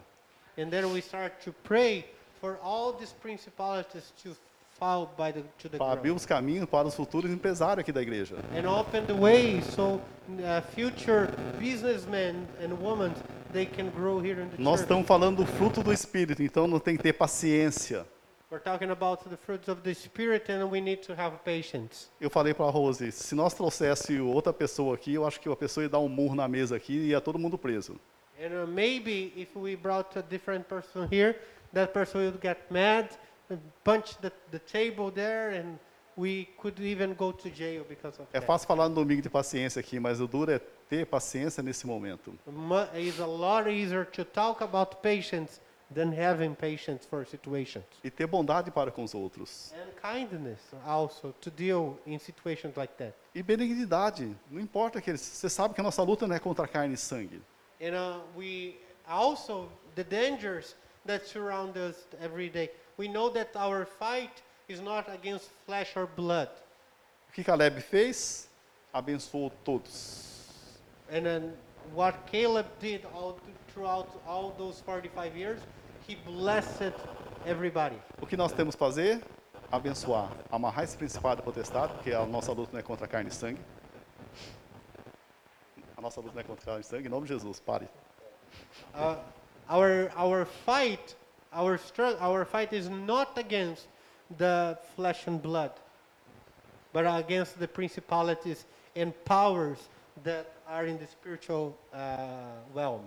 And then we start to pray for all these principalities to fall by the, to the
para abrir
ground
os caminhos para os futuros empresários aqui da igreja.
and open the way so uh, future businessmen and women they can grow here in the
Nós
church.
estamos falando do fruto do Espírito, então não tem que ter paciência.
We're talking about the fruits of the spirit, and we need to have patience.
Eu falei para a Rose, se nós trouxesse outra pessoa aqui, eu acho que a pessoa ia dar um murro na mesa aqui e ia todo mundo preso.
And uh, maybe if we brought a different person here, that person would get mad, and punch the, the table there, and we could even go to jail because of
É
that.
fácil falar no domingo de paciência aqui, mas o duro é ter paciência nesse momento.
Mu- It's a lot easier to talk about patience than having patience for situations.
E ter bondade para com os outros.
And kindness also to deal in situations like that.
E benignidade, não importa que eles. Você sabe que a nossa luta não é contra carne e sangue.
And uh, we also, the dangers that surround us every day. We know that our fight is not against flesh or blood.
O que Caleb fez? Abençoou todos.
And then what Caleb did all th- throughout all those 45 years, he blessed everybody.
O que nós temos que fazer? Abençoar. Amarrar esse principado e potestade, porque a nossa luta não é contra carne e sangue. A nossa luta não é contra carne e sangue, em nome de Jesus, pare.
Uh, our, our fight, our struggle, our fight is not against the flesh and blood, but against the principalities and powers that are in the spiritual uh, realm.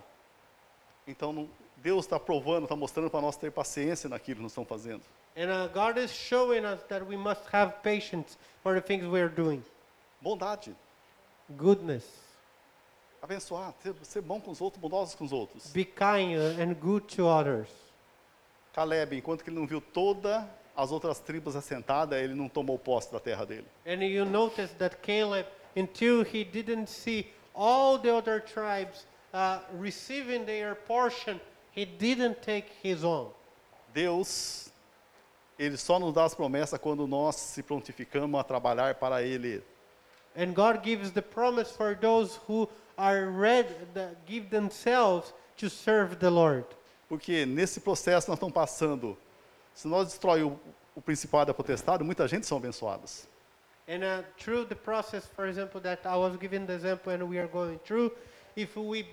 Então, não- Deus está provando, está mostrando para nós ter paciência naquilo que nós estamos fazendo.
And uh, God is showing us that we must have patience for the things we are doing.
Bondade.
Goodness,
Abençoar, ser, ser bom com os outros, bondosos com os outros.
be kind and good to others.
Caleb, enquanto que ele não viu todas as outras tribos assentadas, ele não tomou posse da terra dele.
And you notice that Caleb, until he didn't see all the other tribes uh, receiving their portion, he didn't take his own.
Deus, ele só nos dá as promessas quando nós se prontificamos a trabalhar para ele.
And God gives the promise for those who are ready, that give themselves to serve the Lord.
Porque nesse processo nós estamos passando. Se nós destruirmos o, o principado e a potestade, muita gente são abençoadas.
And uh, through the process, for example, that I was giving the example and we are going through, if we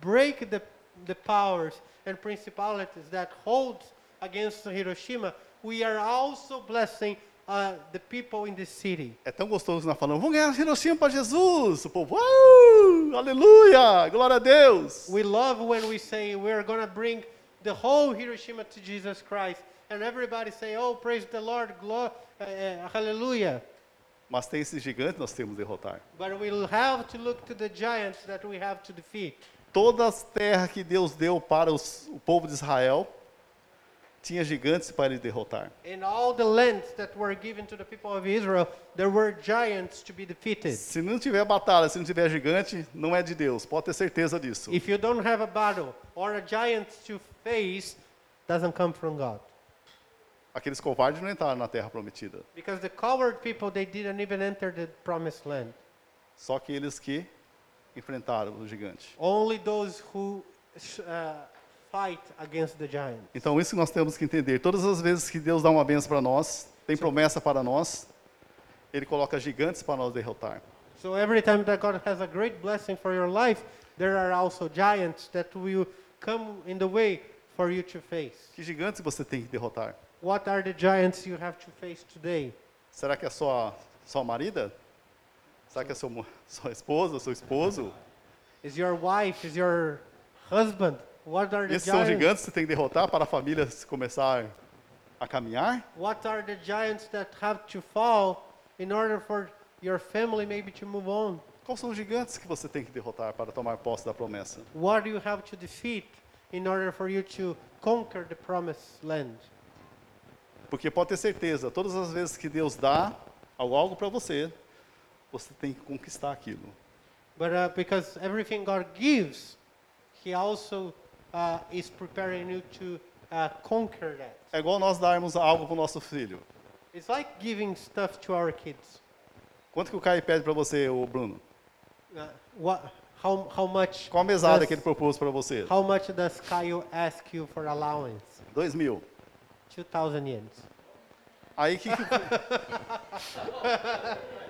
break the, the powers and principalities that holds against Hiroshima, we are also blessing uh, the people in the city.
É tão gostoso nós falando, vamos ganhar Hiroshima para Jesus. O povo, "Uau! aleluia, glória a Deus.
We love when we say we're going to bring the whole Hiroshima to Jesus Christ. And everybody say, oh, praise the Lord, glo- uh, uh, hallelujah.
Mas tem esse gigante que nós temos que derrotar.
But we'll have to look to the giants that we have to defeat.
Todas as terras que Deus deu para os- o povo de Israel, tinha gigantes para ele derrotar.
In all the lands that were given to the people of Israel, there were giants to be defeated.
Se não tiver batalha, se não tiver gigante, não é de Deus. Pode ter certeza disso.
If you don't have a battle or a giant to face, doesn't come from God.
Aqueles covardes não entraram na terra prometida.
Because the coward people, they didn't even enter the promised land.
Só aqueles que enfrentaram o gigante.
Only those who uh, fight against the giant.
Então, isso que nós temos que entender. Todas as vezes que Deus dá uma benção para nós, tem promessa para nós, Ele coloca gigantes para nós derrotar.
So every time that God has a great blessing for your life, there are also giants that will come in the way for you to face.
Que gigantes você tem que derrotar?
What are the giants you have to face today?
Será que é sua, sua marida? Será que é seu, mu- *laughs* sua esposa, seu esposo?
Is your wife? Is your husband? What are the
Esses são
giants?
gigantes que você tem que derrotar para a família se começar a caminhar?
What are the giants that have to fall in order for your family maybe to move on?
Quais são os gigantes que você tem que derrotar para tomar posse da promessa?
What do you have to defeat in order for you to conquer the promised land?
Porque pode ter certeza, todas as vezes que Deus dá algo, algo para você, você tem que conquistar aquilo.
But uh, because everything God gives, He also uh, is preparing you to uh, conquer that.
É igual nós darmos algo para o nosso filho.
It's like giving stuff to our kids.
Quanto que o Caio pede para você, o Bruno?
Uh, what? How, how much?
Qual a mesada
does-
que ele propôs para você?
How much does Caio ask you for allowance?
Dois mil.
2,000 yens.
Aí que.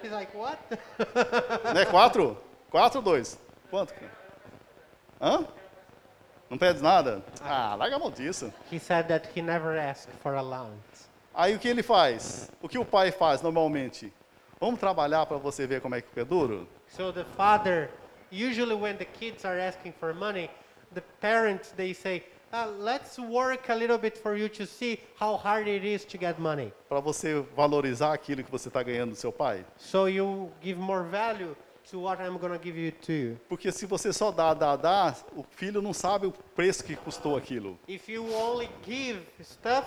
He's like, what? *laughs*
Não é quatro? Quatro ou dois? Quanto? Hã? Não pede nada? Ah, larga a mão disso.
He said that he never asked for allowance.
Aí o que ele faz? O que o pai faz normalmente? Vamos trabalhar para você ver como é que é duro?
So the father, usually when the kids are asking for money, the parents they say, uh, "Let's work a little bit for you to see how hard it is to get money."
Para você valorizar aquilo que você está ganhando do seu pai?
So you give more value to what I'm gonna give you to you.
Porque se você só dá, dá, dá, o filho não sabe o preço que custou aquilo.
If you only give stuff,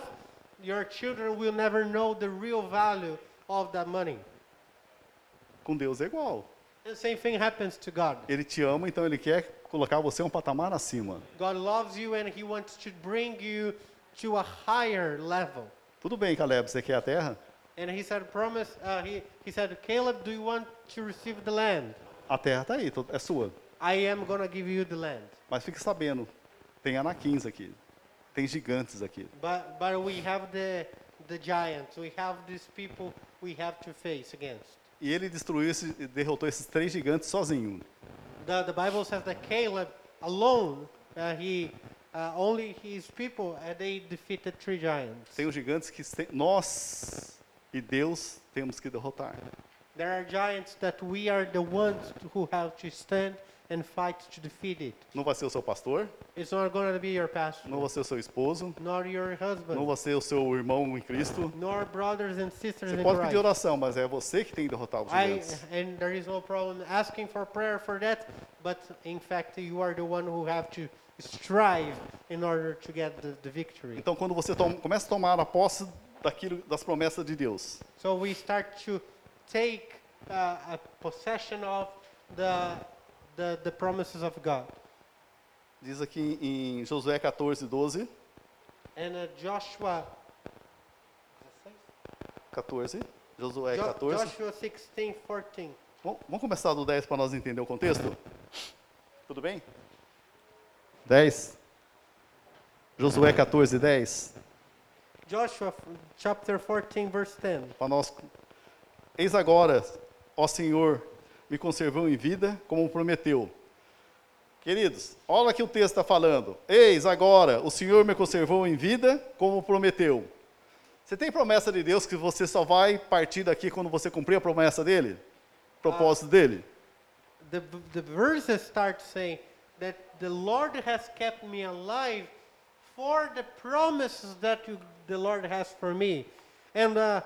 your children will never know the real value of that money.
Com Deus é igual.
The same thing happens to God.
Ele te ama, então ele quer colocar você um patamar acima.
God loves you and He wants to bring you to a higher level.
Tudo bem, Caleb, você quer a terra?
And He said, "Promise." Uh, he He said, "Caleb, do you want to receive the land?
A terra está aí, to- é sua.
I am gonna give you the land."
Mas fique sabendo, tem anaquins aqui. Tem gigantes aqui.
But but we have the the giants. We have these people we have to face against.
E ele destruiu, esse, derrotou esses três gigantes sozinho.
The the Bible says that Caleb alone, uh, he uh, only his people, uh, they defeated three giants.
Tem os gigantes que se- nós e Deus temos que derrotar.
There are giants that we are the ones who have to stand and fight to defeat it.
Não vai ser o seu pastor,
It's not going to be your pastor,
não vai ser o seu esposo,
nor your husband,
não vai ser o seu irmão em Cristo.
nor brothers and sisters
Você
in
pode pedir
Christ.
oração, mas é você que tem que derrotar os
I,
gigantes.
and there is no problem asking for prayer for that, but in fact, you are the one who have to strive in order to get the, the victory.
Então, quando você toma- começa a tomar a posse daquilo, das promessas de Deus,
So we start to take uh, a possession of the, the, the promises of God.
diz aqui em Josué 14, 12,
And uh, Joshua
14, Josué
Jo-
14.
Joshua 16, 14.
Bom, vamos começar do 10 para nós entender o contexto? Tudo bem? 10. Josué 14, 10.
Joshua f- chapter 14, verse 10.
Para nós. Eis agora, ó Senhor, me conservou em vida como prometeu. Queridos, olha o que o texto está falando. Eis agora, o Senhor me conservou em vida como prometeu. Você tem promessa de Deus que você só vai partir daqui quando você cumprir a promessa dele? Propósito dele?
The, the verses start saying that the Lord has kept me alive for the promises that you, the Lord has for me. And uh,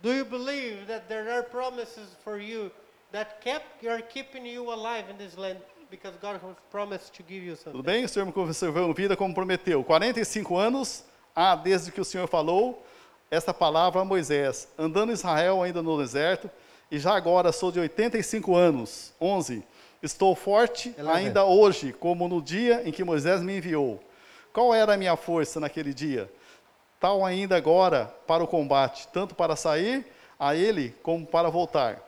do you believe that there are promises for you that kept, are keeping you alive in this land because God has promised to give you
Tudo
something?
bem? O Senhor me conservou em vida como prometeu. 45 anos, ah, desde que o Senhor falou esta palavra a Moisés, andando em Israel ainda no deserto, e já agora sou de 85 anos. 11. Estou forte
Eleven.
ainda hoje, como no dia em que Moisés me enviou. Qual era a minha força naquele dia? Tal ainda agora para o combate, tanto para sair a ele como para voltar.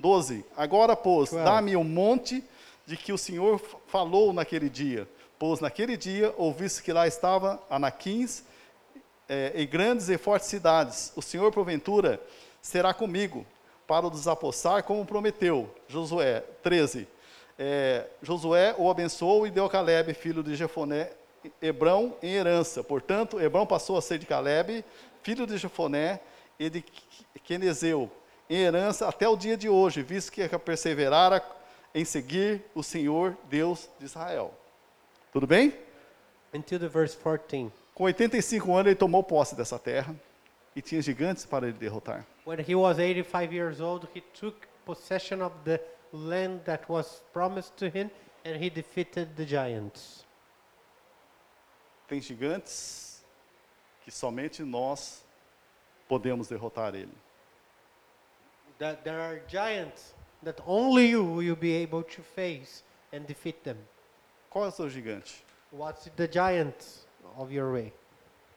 12. Agora, pois,
Twelve.
dá-me o monte de que o Senhor f- falou naquele dia. Pois naquele dia ouviste que lá estava Anaquins eh, e grandes e fortes cidades. O Senhor, porventura, será comigo para o desapossar, como prometeu. Josué 13. Eh, Josué o abençoou e deu a Caleb, filho de Jefoné, Hebrão, em herança. Portanto, Hebrão passou a ser de Caleb, filho de Jefoné, e de Qu- Quenezeu, em herança até o dia de hoje, visto que perseverara em seguir o Senhor, Deus de Israel. Tudo bem?
Until the verse 14.
Com 85 anos, ele tomou posse dessa terra e tinha gigantes para ele derrotar.
When he was 85 years old, he took possession of the land that was promised to him and he defeated the giants.
Tem gigantes que somente nós podemos derrotar ele.
That there are giants that only you will be able to face and defeat them.
Qual é o seu gigante?
What's the giants of your way?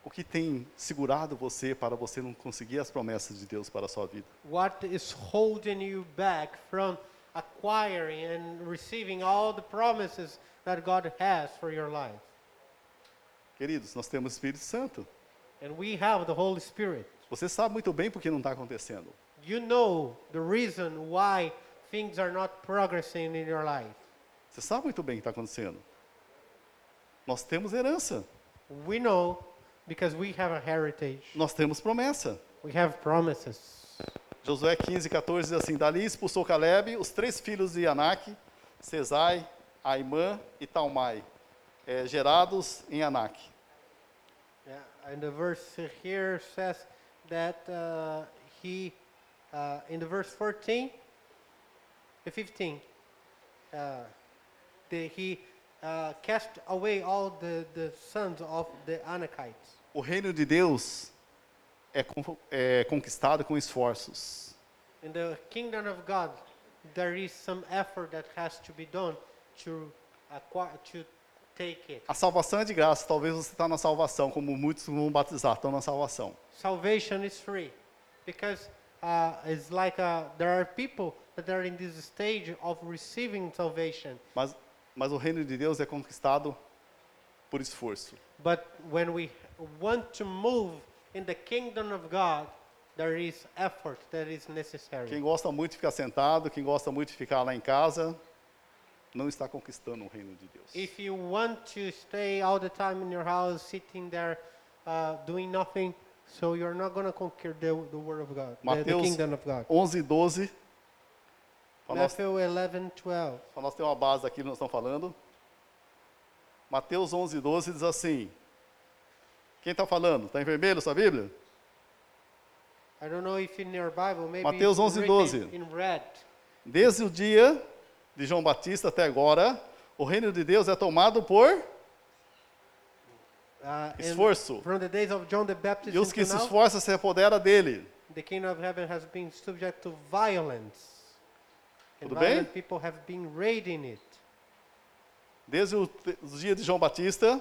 O que tem segurado você para você não conseguir as promessas de Deus para a sua vida?
What is holding you back from acquiring and receiving all the promises that God has for your life?
Queridos, nós temos o Espírito Santo.
And we have the Holy Spirit.
Você sabe muito bem por que não está acontecendo.
You know the reason why things are not progressing in your life.
Você sabe muito bem o que está acontecendo. Nós temos herança,
We know because we have a heritage.
nós temos promessa.
We have promises.
Josué 15, 14 diz assim: Dali expulsou Caleb os três filhos de Anak, Cesai, Aimã e Talmai, eh, gerados em Anak.
Yeah, and the verse here says that uh, he, uh, in the verse 14, the 15, uh, the, he uh, cast away all the, the sons of the Anakites.
O reino de Deus é, con- é conquistado com esforços.
In the kingdom of God, there is some effort that has to be done to acquire, to take it.
A salvação é de graça, talvez você está na salvação, como muitos vão batizar, estão na salvação.
Salvation is free, because uh, it's like uh, there are people that are in this stage of receiving salvation.
Mas, mas o reino de Deus é conquistado por esforço.
But when we want to move in the kingdom of God, there is effort that is necessary.
Quem gosta muito de ficar sentado, quem gosta muito de ficar lá em casa, não está conquistando o reino de Deus.
If you want to stay all the time in your house, sitting there, uh, doing nothing, so you're not going to conquer the, the word of God, the- the,
Mateus
kingdom of God.
11 e 12, para nós,
Matthew 11, 12.
pra nós ter uma base daquilo que nós estamos falando. Mateus 11 e 12 diz assim, quem está falando? Está em vermelho sua Bíblia?
I don't know if in your Bible, maybe
Mateus
it's
11,
written
12.
in red.
Desde o dia de João Batista até agora, o reino de Deus é tomado por...
Uh, and
Esforço.
From the days of John the Baptist
E os que se
until now,
esforçam se apodera dele.
the kingdom of heaven has been subject to violence. And
Tudo bem?
violent people have been raiding it.
Desde o te- os dias de João Batista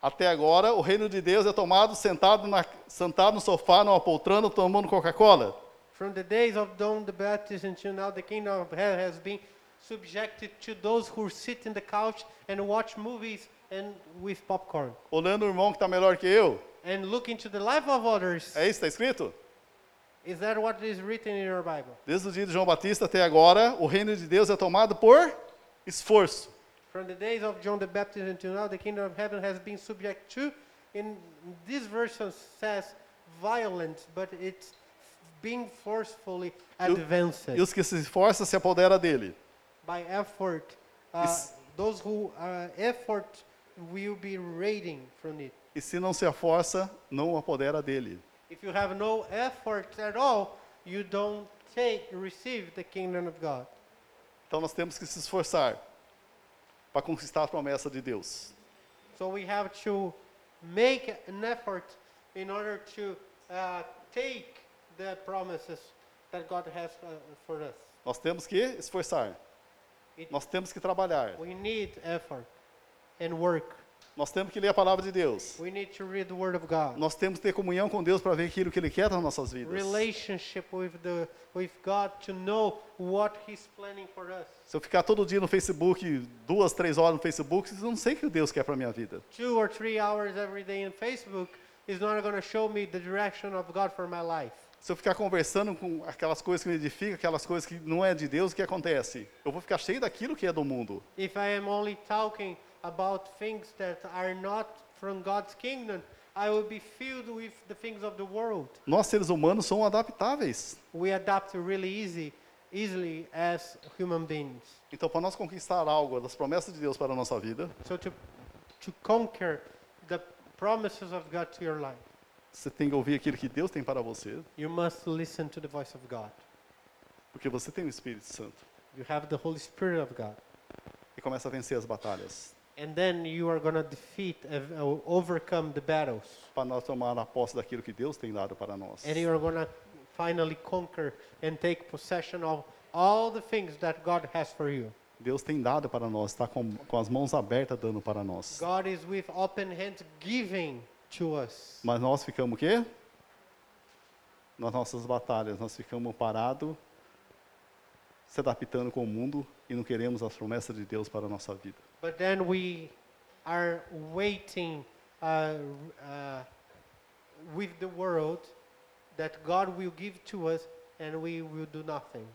até agora, o reino de Deus é tomado sentado, na, sentado no sofá, numa poltrona, tomando Coca-Cola.
From the days of John the Baptist until now, the kingdom of heaven has been subjected to those who sit in the couch and watch movies and with popcorn
Olhando o irmão que está melhor que eu.
and look into the life of others.
É isso que está escrito?
Is that what is written in your Bible?
Desde o dia de João Batista até agora, o reino de Deus é tomado por esforço.
From the days of John the Baptist until now, the kingdom of heaven has been subject to, in this version says, violence, but it's being forcefully advanced
E os que se esforçam se apodera dele.
by effort. Uh,
Is-
those who uh, effort will be raiding from it.
E se não se esforça, não apodera dele.
If you have no effort at all, you don't take receive the kingdom of God.
Então nós temos que se esforçar para conquistar a promessa de Deus.
So we have to make an effort in order to uh, take the promises that God has uh, for us.
Nós temos que esforçar.
It-
Nós temos que trabalhar.
We need effort and work.
Nós temos que ler a palavra de Deus.
We need to read the Word of God.
Nós temos que ter comunhão com Deus para ver aquilo que Ele quer nas nossas vidas.
Relationship with the with God to know what He's planning for us.
Se eu ficar todo dia no Facebook, duas, três horas no Facebook, eu não sei o que Deus quer para minha vida.
Two or three hours every day in Facebook is not going to show me the direction of God for my life.
Se eu ficar conversando com aquelas coisas que me edificam, aquelas coisas que não é de Deus, o que acontece? Eu vou ficar cheio daquilo que é do mundo.
If I am only talking about things that are not from God's kingdom, I will be filled with the things of the world.
Nós, seres humanos, somos adaptáveis.
We adapt really easy, easily as human beings.
Então, para nós conquistar algo das promessas de Deus para a nossa vida,
So to to conquer the promises of God to your life,
você tem que ouvir aquilo que Deus tem para você,
you must listen to the voice of God.
porque você tem o Espírito Santo.
You have the Holy Spirit of God,
E começa a vencer as batalhas,
and then you are going to defeat and uh, overcome the battles,
para nós tomar a posse daquilo que Deus tem dado para nós.
and you are going to finally conquer and take possession of all the things that God has for you.
Deus tem dado para nós, está com, com as mãos abertas dando para nós.
God is with open hands giving to us.
Mas nós ficamos o quê? Nas nossas batalhas, nós ficamos parados, se adaptando com o mundo e não queremos as promessas de Deus para a nossa vida.
But then we are waiting uh, uh, with the world that God will give to us and we will do nothing.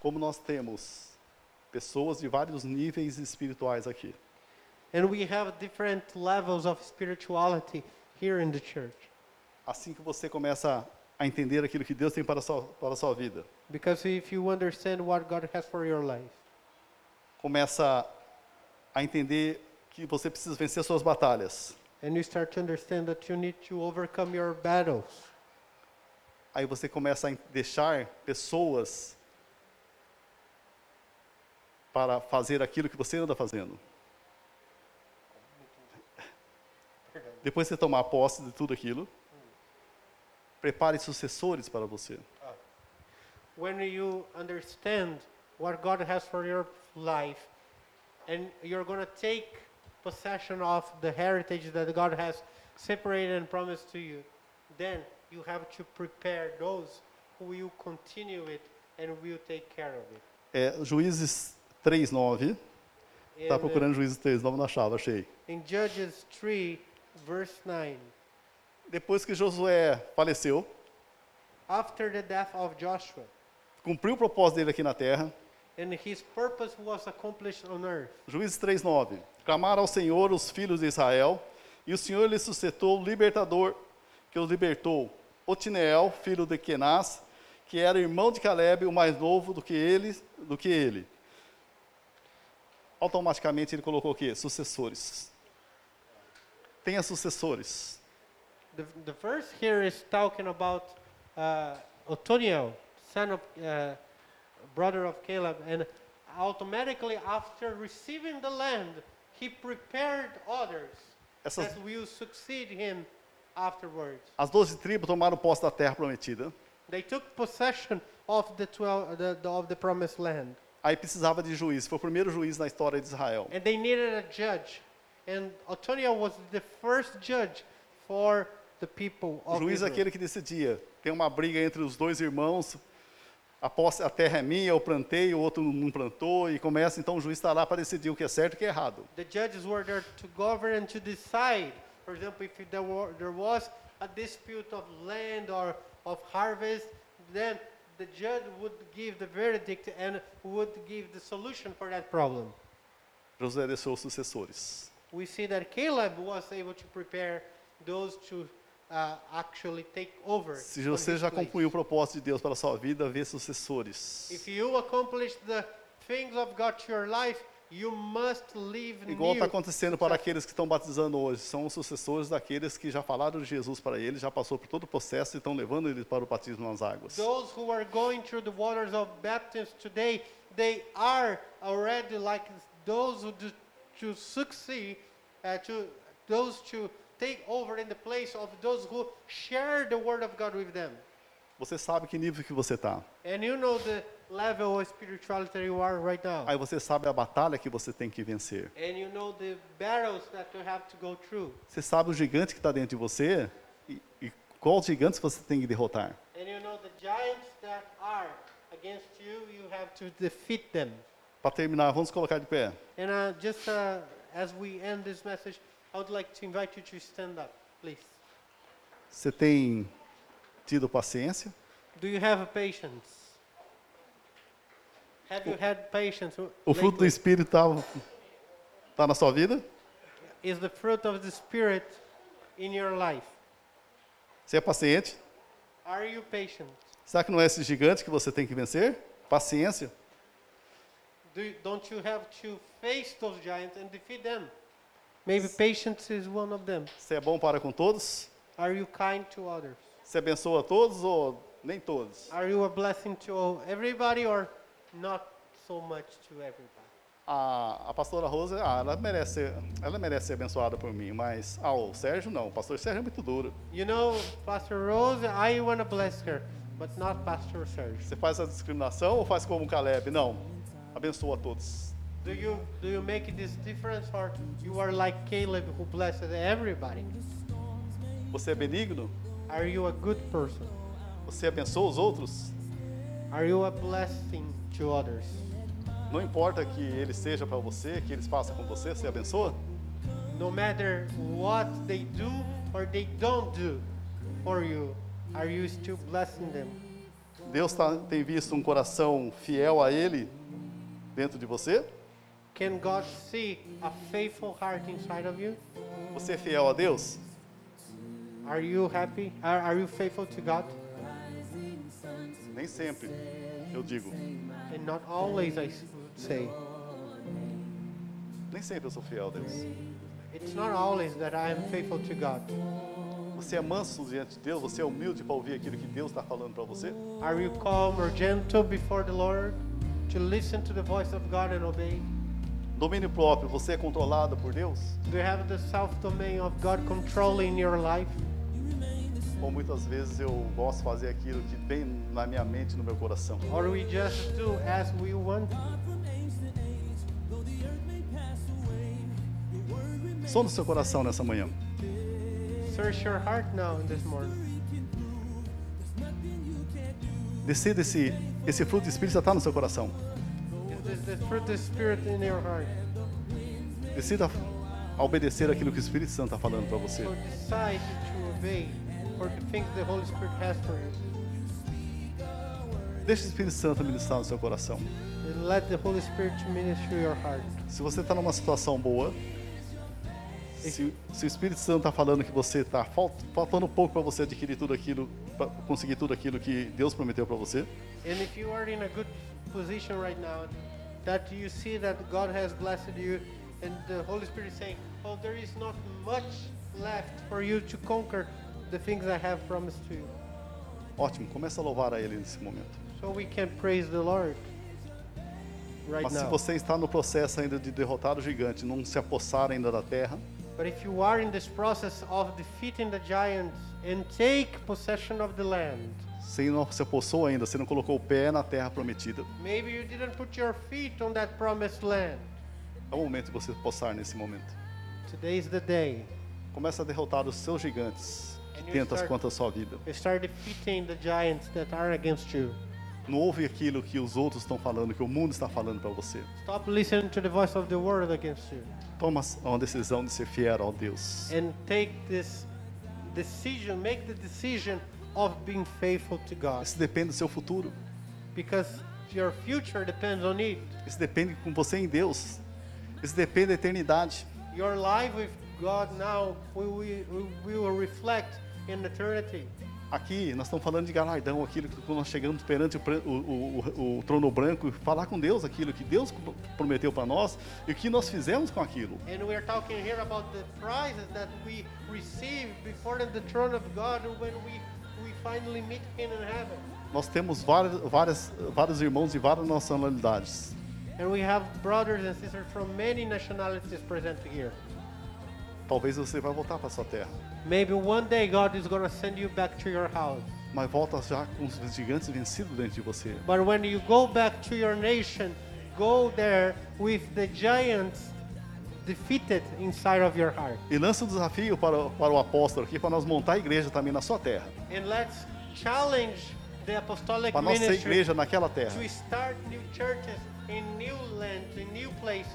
Como nós temos pessoas de vários níveis espirituais aqui.
And we have different levels of spirituality here in the church.
Assim que você começa a entender aquilo que Deus tem para a sua, para a sua vida,
Because if you understand what God has for your life,
começa a entender que você precisa vencer suas batalhas.
and you start to understand that you need to overcome your battles,
Aí você começa a en- deixar pessoas para fazer aquilo que você anda fazendo. Depois de você tomar posse de tudo aquilo, prepare sucessores para você.
when you understand what God has for your life, and you're going to take possession of the heritage that God has separated and promised to you, then you have to prepare those who will continue it and will take care of it.
É, Juízes 3:9.
And,
Tá
uh,
procurando Juízes 3:9 não achava, achei.
In Judges 3, verse 9,
Depois que Josué faleceu,
after the death of Joshua,
cumpriu o propósito dele aqui na terra,
and his purpose was accomplished on earth.
Juízes 3:9. Clamaram ao Senhor os filhos de Israel, e o Senhor lhes suscitou o libertador que os libertou, Otineel, filho de Kenaz, que era irmão de Caleb, o mais novo do que ele, do que ele. Automaticamente ele colocou o quê? Sucessores. Tenha sucessores.
The, the verse here is talking about uh, Otoniel, son of, uh, brother of Caleb, and automatically after receiving the land, he prepared others
Essas
that will succeed him afterwards.
as 12 tribos tomaram posse da terra prometida.
They took possession of the, 12, the, the- of the promised land,
Aí precisava de juiz. Foi o primeiro juiz na história de Israel.
and they needed a judge, and Otoniel was the first judge for the people
O
of
juiz é
Israel.
aquele que decidia. Tem uma briga entre os dois irmãos. A, posse- a terra é minha, eu plantei, o outro não plantou. E começa, então o juiz está lá para decidir o que é certo e o que é errado.
The judges were there to govern and to decide. For example, if there, were, there was a dispute of land or of harvest, then the judge would give the verdict and would give the solution for that problem.
Josué deixou os sucessores.
We see that Caleb was able to prepare those to uh, actually take over.
Se
from
você
his
já
place.
concluiu o propósito de Deus para a sua vida, vê sucessores.
If you accomplish the things of God to your life, you must leave
Igual está
new
acontecendo para aqueles que estão batizando hoje. São os sucessores daqueles que já falaram de Jesus para ele, já passou por todo o processo e estão levando ele para o batismo nas águas.
Those who are going through the waters of baptism today, they are already like those who do, to succeed, uh, to those to take over in the place of those who share the word of God with them.
Você sabe que nível que você tá. está.
And you know the level of spirituality you are right now.
Aí você sabe a batalha que você tem que vencer.
and you know the battles that you have to go through.
Você sabe o gigante que está dentro de você e, e qual gigante você tem que derrotar.
And you know the giants that are against you, you have to defeat them.
Para terminar, vamos colocar de pé.
And uh, just uh, as we end this message, I would like to invite you to stand up, please.
Você tem tido paciência?
Do you have a patience? Have you had patience? w-
O fruto do
lately?
Espírito está tá na sua vida?
is the fruit of the Spirit in your life.
Você é paciente?
Are you patient?
Será que não é esse gigante que você tem que vencer? Paciência?
Do you, don't you have to face those giants and defeat them? Maybe patience is one of them.
Você é bom para com todos?
Are you kind to others?
Você abençoa todos ou nem todos?
Are you a blessing to all- everybody or not so much to everybody?
A, a pastora Rosa, ah, ela, merece ser, ela merece ser abençoada por mim, mas ah, o Sérgio não. O pastor Sérgio é muito duro.
You know, Pastor Rose, I want to bless her, but not Pastor Serge.
Você faz a discriminação ou faz como o Caleb? Não. Abençoa a todos.
Do you do you make this difference, or you are like Caleb who blesses everybody?
Você é benigno?
Are you a good person?
Você abençoa os outros?
Are you a blessing to others?
Não importa que ele seja para você, que eles façam com você, você abençoa?
No matter what they do or they don't do for you, Are you still blessing them?
Deus tá- tem visto um coração fiel a Ele dentro de você?
Can God see a faithful heart inside of you?
Você é fiel a Deus?
Are you happy? Are, are you faithful to God?
Nem sempre, eu digo.
And not always, I s- would say.
Nem sempre eu sou fiel a Deus.
It's not always that I am faithful to God.
Você é manso diante de Deus? Você é humilde para ouvir aquilo que Deus está falando para você?
Are you calm or gentle before the Lord to listen to the voice of God and obey?
Domínio próprio, você é controlado por Deus?
Do you have the self domain of God controlling your life?
Ou muitas vezes eu gosto de fazer aquilo que vem na minha mente, no meu coração?
Or we just do as we want?
Som do seu coração nessa manhã.
Search your heart now in this morning.
Decida se esse fruto do Espírito já está no seu coração.
Is this the fruit of the Spirit in your heart?
Decida obedecer aquilo que o Espírito Santo está falando para você.
So decide to obey or to think the Holy Spirit has for you.
Deixe o Espírito Santo ministrar no seu coração.
And let the Holy Spirit to minister your heart.
Se você está numa situação boa, se, se o Espírito Santo está falando que você está faltando pouco para você adquirir tudo aquilo, para conseguir tudo aquilo que Deus prometeu para você,
And if you are in a good position right now, that you see that God has blessed you, and the Holy Spirit is saying, Oh, there is not much left for you to conquer the things I have promised to you.
ótimo, começa a louvar a Ele nesse momento.
So we can praise the Lord right
Mas se
now.
você está no processo ainda de derrotar o gigante, não se apossar ainda da terra,
But if you are in this process of defeating the giants and take possession of the land,
você não se apossou ainda, você não colocou o pé na terra prometida,
maybe you didn't put your feet on that promised land.
é o momento de você possar nesse momento.
Today is the day.
Começa a derrotar os seus gigantes
And
que
you
tentas
start-
contra a sua vida.
You start defeating the giants that are against you.
Não ouve aquilo que os outros estão falando, que o mundo está falando para você.
Stop listening to the voice of the world against you
Toma uma decisão de ser fiel ao Deus.
and take this decision, make the decision of being faithful to God
Isso depende do seu futuro.
because your future depends on it.
Isso depende com você em Deus. Isso depende da eternidade.
Your life with God now will, will, will reflect in eternity.
Aqui nós estamos falando de galardão, aquilo que quando nós chegamos perante o, pran- o- o- o trono branco, falar com Deus aquilo que Deus prometeu para nós e o que nós fizemos com aquilo.
And we are talking here about the prizes that we receive before the throne of God when we, we finally meet Him in heaven.
Nós temos várias, várias, vários irmãos de várias nacionalidades.
And we have brothers and sisters from many nationalities present here.
Talvez você vai voltar para sua terra,
Maybe one day God is going to send you back to your house.
mas volta já com os gigantes vencidos dentro de você.
But when you go back to your nation, go there with the giants defeated inside of your heart.
E lança um desafio para, o- para o apóstolo aqui, para nós montar a igreja também na sua terra.
And let's challenge the apostolic
Para nós ser
ministry
igreja naquela terra.
to start new churches in new lands, in new places.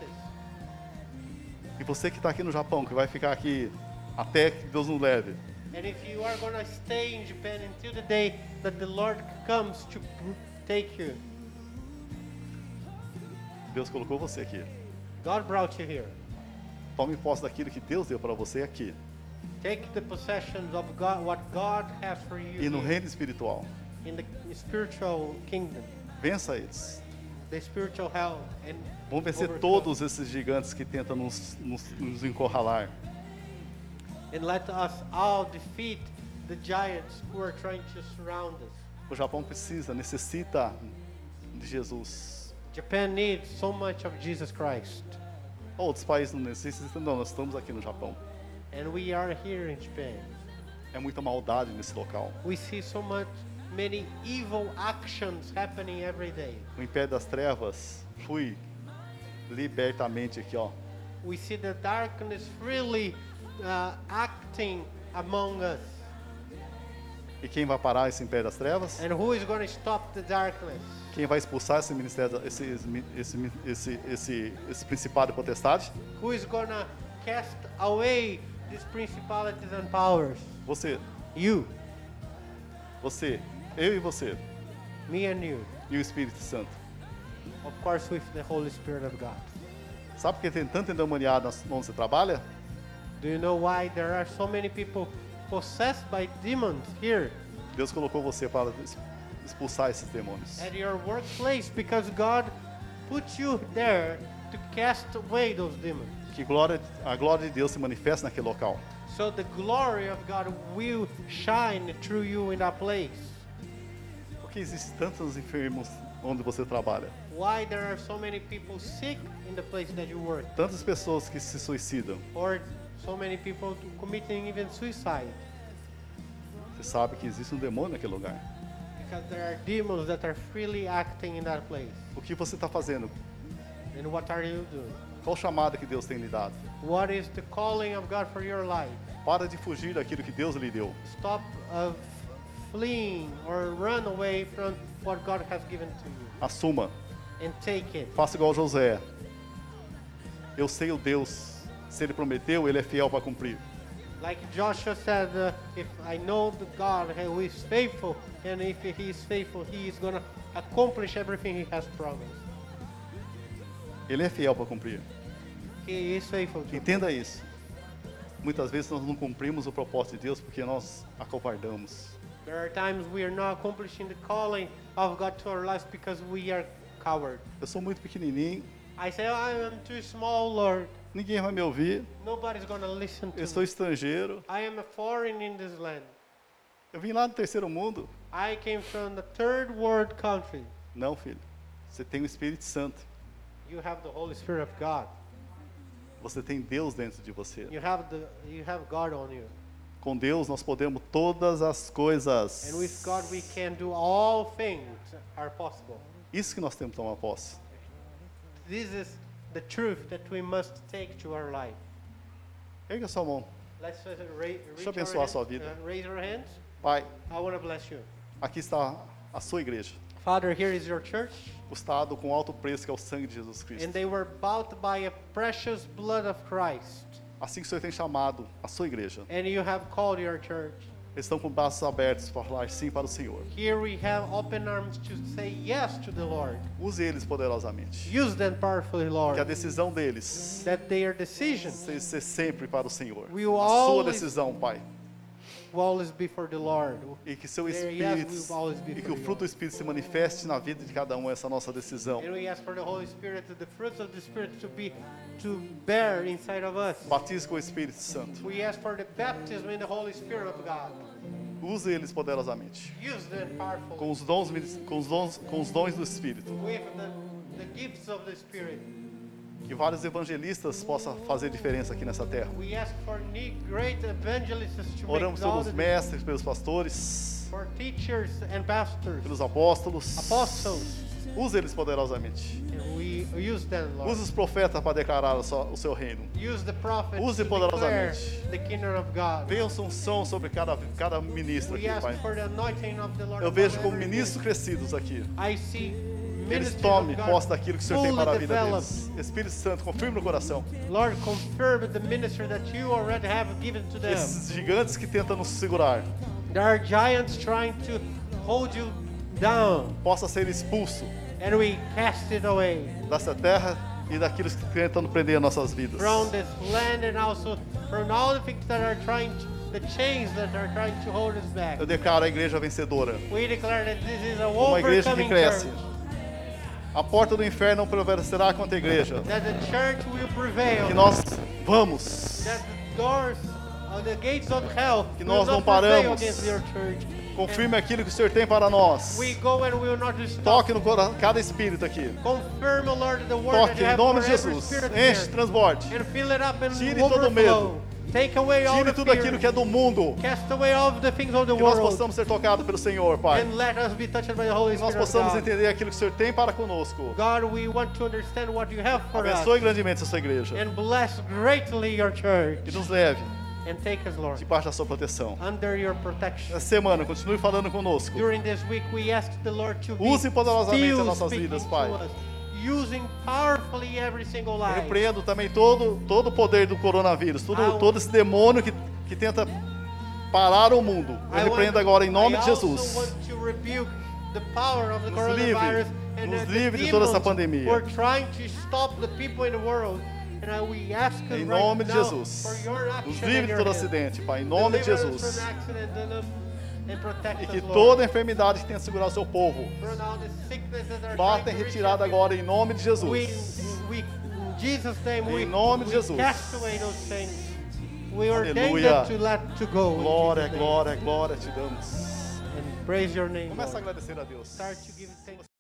E você que está aqui no Japão, que vai ficar aqui até que Deus nos leve.
And if you are going to stay in Japan until the day that the Lord comes to take you,
Deus colocou você aqui.
God brought you here.
Tome posse daquilo que Deus deu para você aqui.
Take the possessions of God, what God has for you
E no
here
reino espiritual.
in the spiritual kingdom,
Vença eles.
the spiritual hell, and
Vamos vencer
overcome.
todos esses gigantes que tentam nos, nos, nos encurralar.
And let us all defeat the giants who are trying to surround us.
O Japão precisa, necessita de Jesus.
Japan needs so much of Jesus Christ,
Outros países não necessitam, não. Nós estamos aqui no Japão.
and we are here in Japan.
É muita maldade nesse local.
We see so much, many evil actions happening every day.
O Império das Trevas flui libertamente aqui, ó.
We see the darkness really uh, acting among us.
E quem vai parar esse Império das Trevas?
And who is going to stop the darkness?
Quem vai expulsar esse ministério, esse, esse, esse, esse, esse, esse principado e potestade?
Who is going to cast away these principalities and powers?
Você.
You.
Você, eu e você,
me and you.
e o Espírito Santo.
Of course, with the Holy Spirit of God.
Sabe por que tem tanta endemoniada onde você trabalha?
Do you know why there are so many people possessed by demons here
Deus colocou você para es- expulsar esses demônios.
at your workplace? Because God put you there to cast away those demons.
Que glória, a glória de Deus se manifesta naquele local.
So the glory of God will shine through you in that place.
Por que existem tantos enfermos onde você trabalha?
Why there are so many people sick in the place that you work,
Tantas pessoas que se suicidam.
or so many people committing even suicide?
Você sabe que existe um demônio naquele lugar.
Because there are demons that are freely acting in that place.
O que você está fazendo?
And what are you doing?
Qual o chamado que Deus tem lhe dado?
What is the calling of God for your life?
Para de fugir daquilo que Deus lhe deu.
Stop uh, f- fleeing or run away from what God has given to you
Assuma.
and take it.
Faça igual José. Eu sei o Deus. Se ele prometeu, ele é fiel para cumprir.
Like Joshua said, uh, if I know the God who is faithful, and if he is faithful, he is going to accomplish everything he has promised.
Ele é fiel para cumprir.
He is faithful. To
Entenda isso. Muitas vezes nós não cumprimos o propósito de Deus porque nós acovardamos.
There are times we are not accomplishing the calling of God to our lives because we are coward.
Eu sou muito pequenininho,
I say, I am too small, Lord.
ninguém vai me ouvir,
Nobody's going to listen to
eu sou
me.
estrangeiro.
I am a foreign in this land.
Eu vim lá do terceiro mundo.
I came from the third world country.
Não, filho. Você tem o Espírito Santo.
You have the Holy Spirit of God.
Você tem Deus dentro de você.
You have the you have God on you.
Com Deus nós podemos todas as coisas.
And with God we can do all things are possible.
Isso que nós temos que tomar posse.
This is the truth that we must take to our life.
Erga sua mão.
Let's uh, ra- reach
eu
our
abençoar a sua
hands,
vida.
uh, raise our hands.
Pai,
I want to bless you.
aqui está a sua igreja,
Father, here is your church,
custado com alto preço que é o sangue de Jesus Cristo.
and they were bought by a precious blood of Christ.
Assim que o Senhor tem chamado a sua igreja,
And you have called your church.
eles estão com braços abertos para falar sim para o Senhor.
Here we have open arms to say yes to the Lord.
Use eles poderosamente.
Use them powerfully,
Que a
Lord.
decisão deles
That their decisions
seja ser sempre para o Senhor.
We
A sua
always-
decisão, Pai.
will always be for the Lord.
E que seu
There, yes,
Espírito
we will always be
e que
for
o
you,
fruto do Espírito se manifeste na vida de cada um essa nossa decisão.
And we ask for the Holy Spirit, the fruits of the Spirit, to be to bear inside of us.
Batize com o Espírito Santo.
We ask for the baptism in the Holy Spirit of God.
Use eles poderosamente.
Use them
Com
powerfully
os dons, mini- com os dons, com os dons do Espírito.
with the, the gifts of the Spirit.
Que vários evangelistas possam fazer diferença aqui nessa terra.
We ask for ne- great evangelists to
Oramos
make all
pelos
the
mestres, pelos pastores,
for teachers and pastors.
pelos apóstolos.
Apóstolos.
Use eles poderosamente.
And we use them, Lord.
Use os profetas para declarar a sua- o seu reino.
Use the prophets
Use
to declare
poderosamente.
the kingdom of God.
Venha um som sobre cada, cada ministro
We
aqui,
ask
Pai.
for the anointing of the Lord.
Eu
upon
vejo como
everything.
ministros crescidos aqui.
I see
Eles
ministry
tomem
of God
posse daquilo que o Senhor tem
fully
para a vida
developed.
deles. Espírito Santo, confirme no coração.
Lord, confirm the ministry that you already have given to them.
Esses gigantes que tentam nos segurar,
There are giants trying to hold you down,
possa ser expulso
and we cast it away
dessa terra e daqueles que tentam prender nossas vidas.
from this land and also from all the things that are trying to, the chains that are trying to hold us back.
Eu declaro a igreja vencedora.
We declare that this is a
Uma igreja que
overcoming
cresce.
church.
A porta do inferno não prevalecerá contra a igreja.
That the church will prevail.
Que nós vamos
that the doors or the gates of hell
Que
will
nós não
not prevail
paramos.
against your church.
Confirme aquilo que o Senhor tem para nós.
And we go and we will not stop.
Toque no coração cada espírito aqui.
Confirm, O Lord, the word that
Toque
you
em
have
nome
for
de
every
Jesus.
spirit
Enche,
here.
transborde.
And fill it up and
Tire todo
overflow.
medo.
Take away all the
Tire tudo aquilo que
fear.
é do mundo.
Cast away all the things of the
Que nós
world.
possamos ser tocados pelo Senhor, Pai.
And let us be touched by the Holy
Que nós
Spirit of
possamos
God.
entender aquilo que o Senhor tem para conosco.
God, we want to understand what you have for
Abençoe
us.
grandemente a sua igreja.
And bless greatly your
E
church.
nos leve
And take us, Lord,
debaixo da sua proteção.
under your protection.
Essa semana, continue falando conosco.
During this week, we ask the Lord to be
Use poderosamente
still
as nossas
speaking
vidas,
to
Pai.
us, using powerfully every single
Eu
life.
Repreendo também todo, todo o poder do coronavírus, todo, todo esse demônio que, que tenta parar o mundo.
I
Eu
want-
repreendo agora em nome
I
de
also
Jesus.
want to rebuke the power of the
Nos livre,
coronavirus and
nos
the
livre de toda essa
demons
pandemia.
who are trying to stop the people in the world. And I- we ask you
Em
right
nome de
now
Jesus.
for your action
Nos
and
livre de
your
todo
hand.
acidente, Pai, em nome de
Deliver us
Jesus.
from accident, deliver- and protect
E
us,
que
Lord.
toda enfermidade que tenha segurado o seu povo,
Burn out the sicknesses that are
bata e
trying to reach
retirada
us.
agora em nome de
We,
Jesus.
we, in Jesus' name, we,
Em nome de
we
Jesus.
cast away those things. We ordain
Aleluia.
them to let to go. in
Glória,
Jesus' name.
glória, glória te damos.
And praise your name.
Começa a
Lord.
agradecer a Deus.
Start to give thanks.